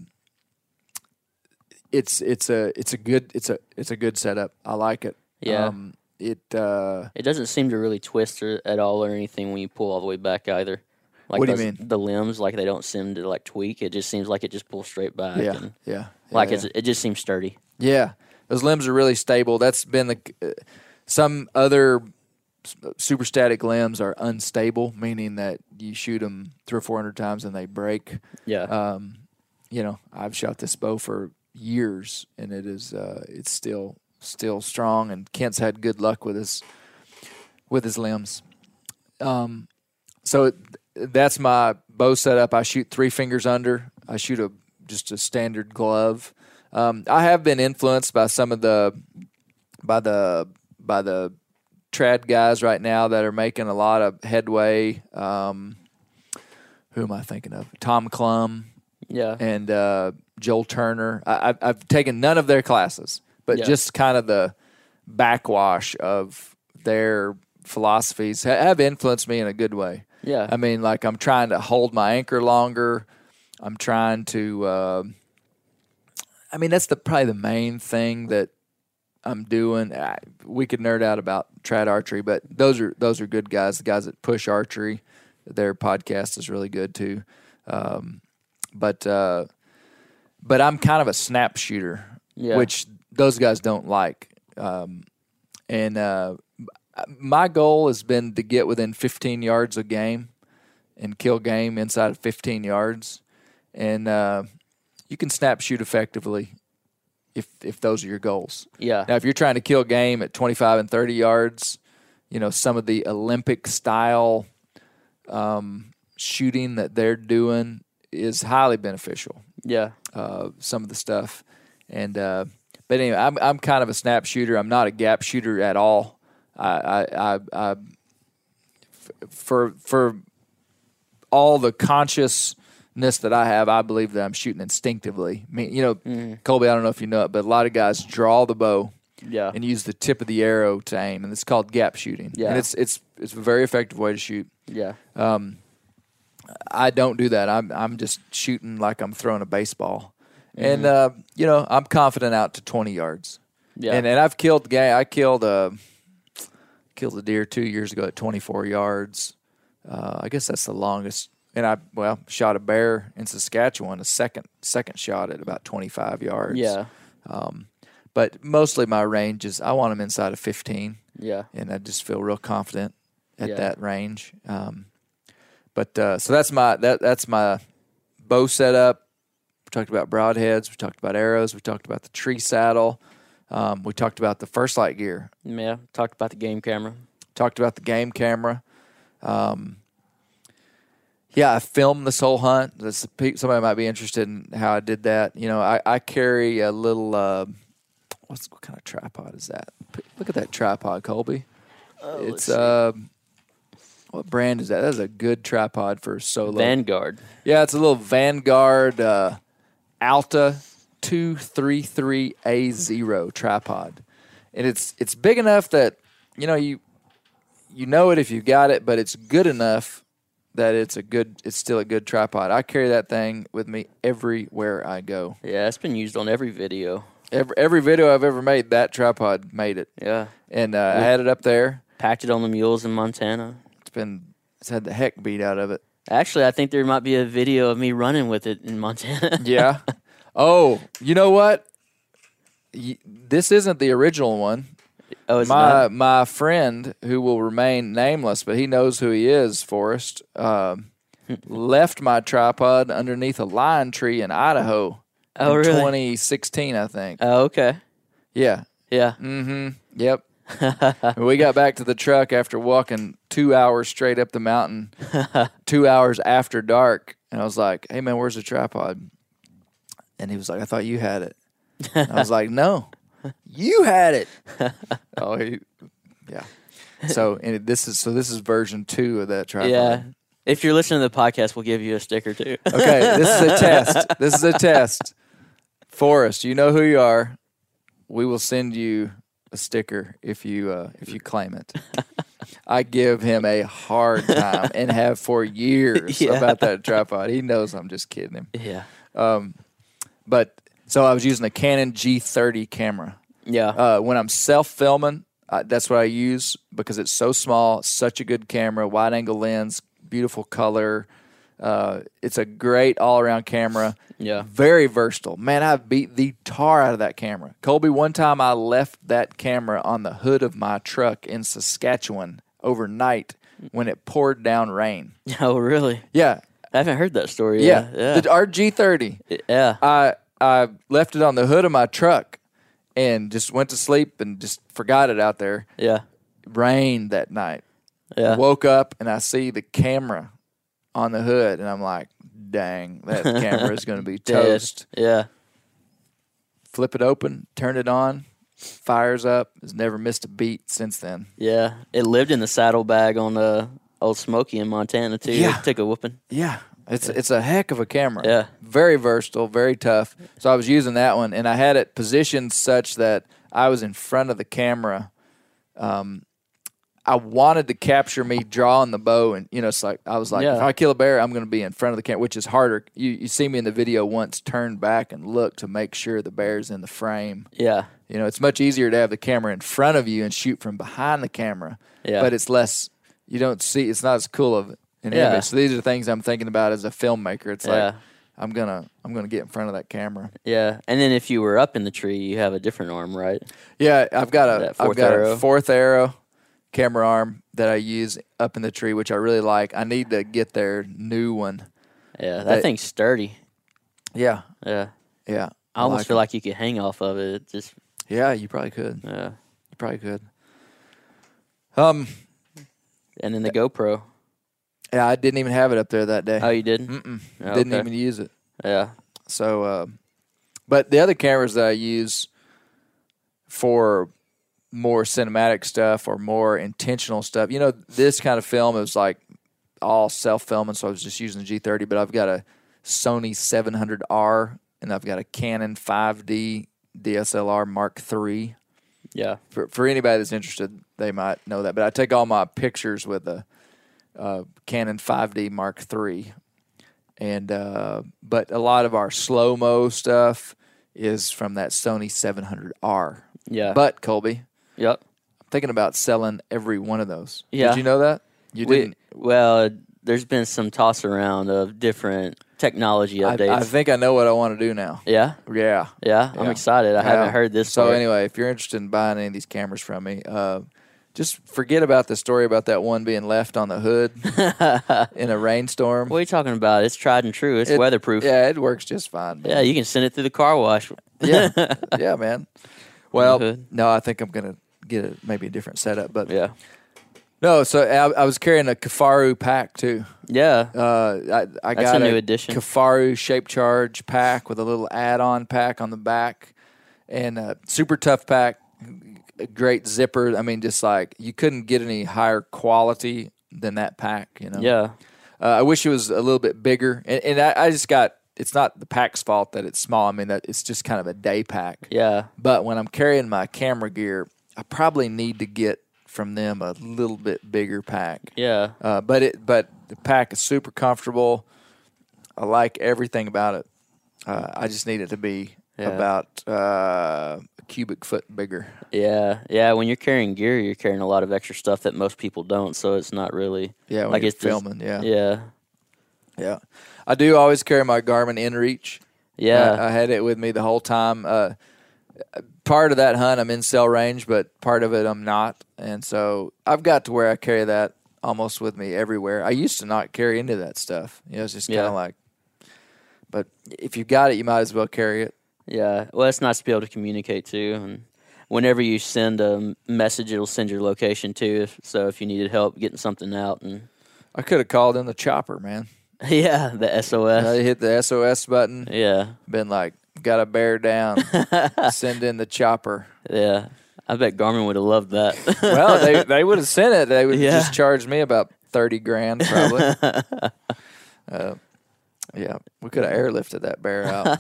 it's it's a it's a good it's a it's a good setup. I like it. Yeah. Um, it uh, It doesn't seem to really twist or, at all or anything when you pull all the way back either. Like What do you those, mean? the limbs, like they don't seem to like tweak. It just seems like it just pulls straight back. yeah, and, yeah. like yeah. it's it just seems sturdy. Yeah, those limbs are really stable. That's been the uh, some other s- uh, superstatic limbs are unstable, meaning that you shoot them three or four hundred times and they break. Yeah. Um, you know, I've shot this bow for years, and it is uh, it's still still strong. And Kent's had good luck with his with his limbs. Um, so it, that's my bow setup. I shoot three fingers under. I shoot a just a standard glove. Um, I have been influenced by some of the by the by the trad guys right now that are making a lot of headway. Um, who am I thinking of? Tom Clum yeah. and uh, Joel Turner. I, I've, I've taken none of their classes, but Yeah. just kind of the backwash of their philosophies ha- have influenced me in a good way. Yeah. I mean, like I'm trying to hold my anchor longer. I'm trying to. Uh, I mean, that's the probably the main thing that I'm doing. I, we could nerd out about trad archery, but those are those are good guys. The guys that push archery, their podcast is really good too. Um, but uh, but I'm kind of a snap shooter, Yeah. which those guys don't like. Um, and uh, my goal has been to get within 15 yards of game and kill game inside of 15 yards, and uh, you can snap shoot effectively if if those are your goals. yeah. Now, if you're trying to kill game at 25 and 30 yards, you know, some of the Olympic style um, shooting that they're doing is highly beneficial, yeah. uh, some of the stuff. And, uh, but anyway, I'm, I'm kind of a snap shooter. I'm not a gap shooter at all. I, I, I, I f- for, for all the consciousness that I have, I believe Mm. that I'm shooting instinctively. I mean, you know, Colby, I don't know if you know it, but a lot of guys draw the bow Yeah. and use the tip of the arrow to aim, and it's called gap shooting. Yeah. and it's it's it's a very effective way to shoot. Yeah. Uh, I don't do that. I'm I'm just shooting like I'm throwing a baseball, Mm-hmm. and uh, you know I'm confident out to 20 yards. Yeah. and and I've killed gay. I killed a killed a deer two years ago at 24 yards. Uh, I guess that's the longest. And I well shot a bear in Saskatchewan a second second shot at about 25 yards. Yeah. but mostly my range is I want them inside of 15 Yeah. and I just feel real confident at Yeah. that range. Um, but uh, so that's my that that's my bow setup. We talked about broadheads. We talked about arrows. We talked about the tree saddle. Um, we talked about the first light gear. Yeah. Talked about the game camera. Talked about the game camera. Um, yeah, I filmed this whole hunt. This, somebody might be interested in how I did that. You know, I, I carry a little. Uh, what's what kind of tripod is that? P- Look at that tripod, Colby. it's uh, what brand is that? That's a good tripod for solo. Vanguard. yeah, it's a little Vanguard uh, Alta two three three A zero tripod, and it's it's big enough that you know you you know it if you got it, but it's good enough that it's a good it's still a good tripod. I carry that thing with me everywhere I go. Yeah, it's been used on every video. Every, every video I've ever made, that tripod made it. Yeah. And uh, I had it up there. Packed it on the mules in Montana. It's been, it's had the heck beat out of it. Actually, I think there might be a video of me running with it in Montana. Yeah. oh, you know what? Y- This isn't the original one. oh, it's My not. my friend, who will remain nameless, but he knows who he is, Forrest, um, left my tripod underneath a lime tree in Idaho Oh, in really? 2016, I think. Oh, okay. yeah. Yeah. Mm-hmm. Yep. we got back to the truck after walking two hours straight up the mountain, two hours after dark. And I was like, hey, man, where's the tripod? And he was like, I thought you had it. And I was like, no, you had it. oh, he, yeah. So and it- this is so this is version two of that tripod. Yeah. If you're listening to the podcast, we'll give you a sticker too. Okay, this is a test. This is a test. Forrest, you know who you are. We will send you a sticker if you uh, if you claim it. I give him a hard time and have for years about that tripod. He knows I'm just kidding him. yeah. But so I was using a Canon G30 camera. Yeah. Uh, when I'm self filming, uh, that's what I use because it's so small, such a good camera, wide angle lens, beautiful color. Uh, it's a great all around camera. Yeah. Very versatile. Man, I beat the tar out of that camera. Colby, one time I left that camera on the hood of my truck in Saskatchewan overnight when it poured down rain. oh, really? Yeah. I haven't heard that story. Yeah. Yeah. The RG30. Yeah. Yeah. I I left it on the hood of my truck and just went to sleep and just forgot it out there. yeah. It rained that night. Yeah. Woke up and I see the camera on the hood and I'm like, dang, that camera is going to be Dead. toast. Yeah. Flip it open, turn it on, fires up. Has never missed a beat since then. Yeah. It lived in the saddlebag on uh, Old Smoky in Montana too. Yeah. It took a whooping. Yeah. It's it's a heck of a camera. Yeah. Very versatile, very tough. So I was using that one and I had it positioned such that I was in front of the camera. Um I wanted to capture me drawing the bow and you know, it's like I was like, Yeah. if I kill a bear, I'm gonna be in front of the camera, which is harder. You you see me in the video once turn back and look to make sure the bear's in the frame. Yeah. You know, it's much easier to have the camera in front of you and shoot from behind the camera. Yeah. But it's less you don't see it's not as cool of an Yeah. image. So these are things I'm thinking about as a filmmaker. It's Yeah. like I'm gonna I'm gonna get in front of that camera. Yeah. And then if you were up in the tree, you have a different arm, right? Yeah, I've got a That I've fourth got a arrow. fourth arrow camera arm that I use up in the tree, which I really like. I need to get their new one. Yeah. That, That- thing's sturdy. Yeah. Yeah. Yeah. I almost like feel it. like you could hang off of it. It just Yeah, you probably could. uh, You probably could. Um and then the GoPro. yeah, I didn't even have it up there that day. Oh, you did? Mm-mm. Oh, didn't okay. even use it. Yeah. So, uh, but the other cameras that I use for more cinematic stuff or more intentional stuff, you know, this kind of film is like all self filming. So I was just using the G30, but I've got a Sony 700R and I've got a Canon 5D DSLR Mark III. Yeah. for, for anybody that's interested, they might know that. But I take all my pictures with a, uh Canon 5D Mark III, and uh, but a lot of our slow mo stuff is from that Sony 700R. Yeah. But Colby, Yep. I'm thinking about selling every one of those. Yeah. Did you know that? You We- didn't. well, uh, there's been some toss around of different technology I, updates. I think I know what I want to do now. yeah. Yeah. Yeah. I'm Yeah. excited. I haven't Yeah. heard this. So part. anyway, if you're interested in buying any of these cameras from me, uh, just forget about the story about that one being left on the hood in a rainstorm. What are you talking about? It's tried and true. It's It- weatherproof. Yeah. Yeah, it works just fine. man. you can send it through the car wash. yeah, yeah, man. Well, hood. no, I think I'm gonna get a, maybe a different setup, but Yeah. no. So I, I was carrying a Kafaru pack too. Yeah. Uh, I, I That's got a new addition. Kafaru Shape Charge pack with a little add-on pack on the back, and a super tough pack, a great zipper. I mean, just like you couldn't get any higher quality than that pack. You know. yeah. Uh, I wish it was a little bit bigger, and, and I, I just got. It's not the pack's fault that it's small. I mean, that it's just kind of a day pack. Yeah. But when I'm carrying my camera gear, I probably need to get from them a little bit bigger pack. Yeah. Uh, but it but the pack is super comfortable. I like everything about it. Uh, I just need it to be about uh, a cubic foot bigger. Yeah, yeah. When you're carrying gear, you're carrying a lot of extra stuff that most people don't, so it's not really Yeah, when you're it's just- filming, yeah. yeah, Yeah, I do always carry my Garmin InReach. yeah, I, I had it with me the whole time. Uh, part of that hunt, I'm in cell range, but part of it, I'm not. And so I've got to where I carry that almost with me everywhere. I used to not carry into that stuff. You know, it's just kind of Yeah. like, but if you've got it, you might as well carry it. yeah. Well, it's nice to be able to communicate too, and whenever you send a m- message, it'll send your location too. If, so if you needed help getting something out, and I could have called in the chopper, man. yeah, the SOS, I hit the SOS button, yeah, been like, got to bear down, send in the chopper. yeah. I bet Garmin would have loved that. Well, they, they would have sent it. They would Yeah. just charge me about 30 grand, probably. uh, yeah, we could have airlifted that bear out.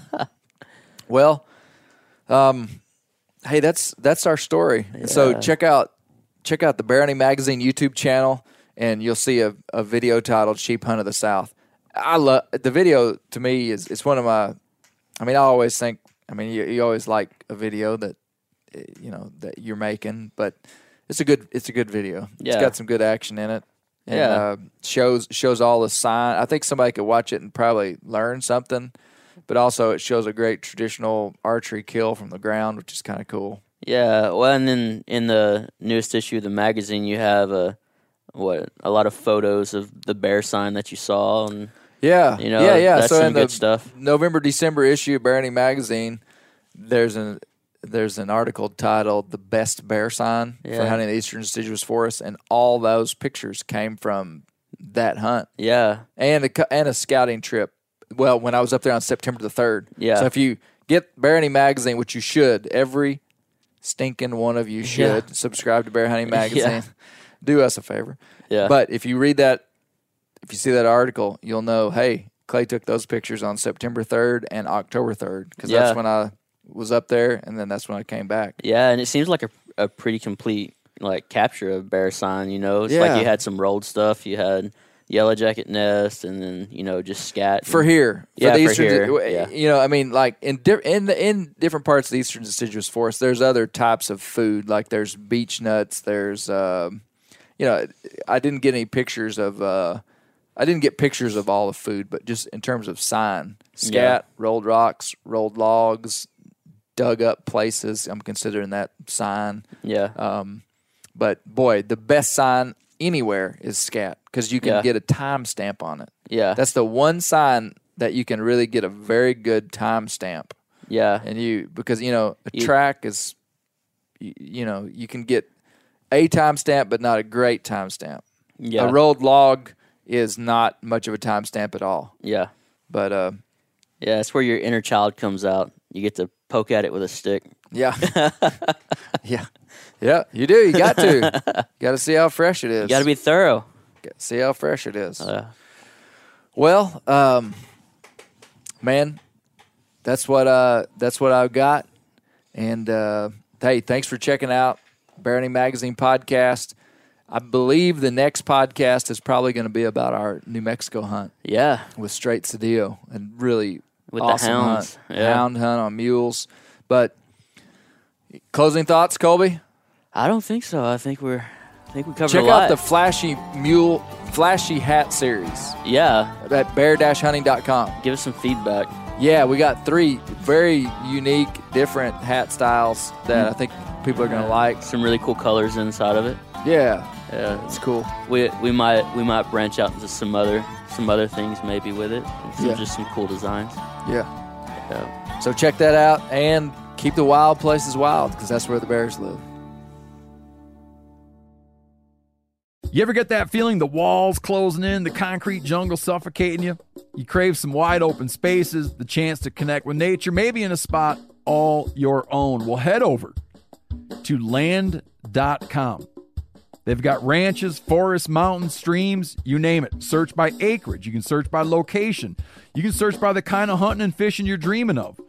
well, um, hey, that's that's our story. And So check out check out the Bear Hunting Magazine YouTube channel, and you'll see a, a video titled "Sheep Hunt of the South." I love the video. To me, is it's one of my. I mean, I always think. I mean, you, you always like a video that eh, you know that you're making, but it's a good it's a good video. It's Yeah. got some good action in it. And, Yeah. uh, shows shows all the sign. I think somebody could watch it and probably learn something. But also, it shows a great traditional archery kill from the ground, which is kind of cool. Yeah, well, and then in the newest issue of the magazine, you have a what a lot of photos of the bear sign that you saw, and Yeah, You know, yeah, yeah. that's so some in the good stuff. November December issue of Barony Magazine, there's an there's an article titled "The Best Bear Sign for Yeah. Hunting the Eastern Deciduous Forest," and all those pictures came from that hunt yeah, and a cu- and a scouting trip. Well, when I was up there on September the third. Yeah. So if you get Bear Hunting Magazine, which you should, every stinking one of you should subscribe to Bear Hunting Magazine. Do us a favor. Yeah. But if you read that, if you see that article, you'll know. Hey, Clay took those pictures on September third and October third because Yeah. that's when I was up there, and then that's when I came back. Yeah, and it seems like a, a pretty complete like capture of bear sign. You know, it's Yeah. like you had some rolled stuff, you had yellow jacket nest, and then you know just scat for and- here for Yeah, the for eastern here, w- yeah. you know i mean like in di- in the, in different parts of the eastern deciduous forest there's other types of food like there's beech nuts there's um, you know i didn't get any pictures of uh i didn't get pictures of all the food but just in terms of sign scat rolled rocks rolled logs dug up places i'm considering that sign Yeah, Uh, but boy the best sign anywhere is scat because you can Yeah. get a timestamp on it yeah, that's the one sign that you can really get a very good timestamp. yeah, And you, because, you know, a track is, you, you know, you can get a timestamp, but not a great timestamp. yeah, A rolled log is not much of a timestamp at all. yeah, But, uh, yeah. That's where your inner child comes out. You get to poke at it with a stick. yeah. yeah. Yeah. You do. You got to. you got to see how fresh it is. You got to be thorough. Uh, See how fresh it is. well, um, man, that's what uh, that's what I've got, and uh, hey, thanks for checking out Bear Hunting Magazine podcast. I believe the next podcast is probably going to be about our New Mexico hunt Yeah. with Straight Cedillo and really With the awesome hounds, hunt, yeah. hound hunt on mules. But closing thoughts, Colby. I don't think so. I think we're. I think we covered Check a lot. out the flashy mule, flashy hat series yeah. at bear-hunting.com. Give us some feedback. Yeah, we got three very unique, different hat styles that I think people are going to like. Some really cool colors inside of it. Yeah, Yeah. it's cool. We we might we might branch out into some other some other things maybe with it. Some, Yeah. Just some cool designs. Yeah. Yeah. So check that out and keep the wild places wild because that's where the bears live. You ever get that feeling the walls closing in, the concrete jungle suffocating you? You crave some wide open spaces, the chance to connect with nature, maybe in a spot all your own. Well, head over to land.com. They've got ranches, forests, mountains, streams, you name it. Search by acreage. You can search by location. You can search by the kind of hunting and fishing you're dreaming of.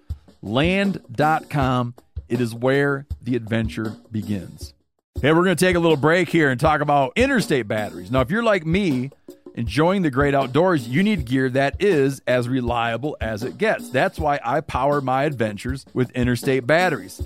Land.com. It is where the adventure begins. Hey, we're going to take a little break here and talk about interstate batteries. Now, if you're like me, enjoying the great outdoors, you need gear that is as reliable as it gets. That's why I power my adventures with interstate batteries.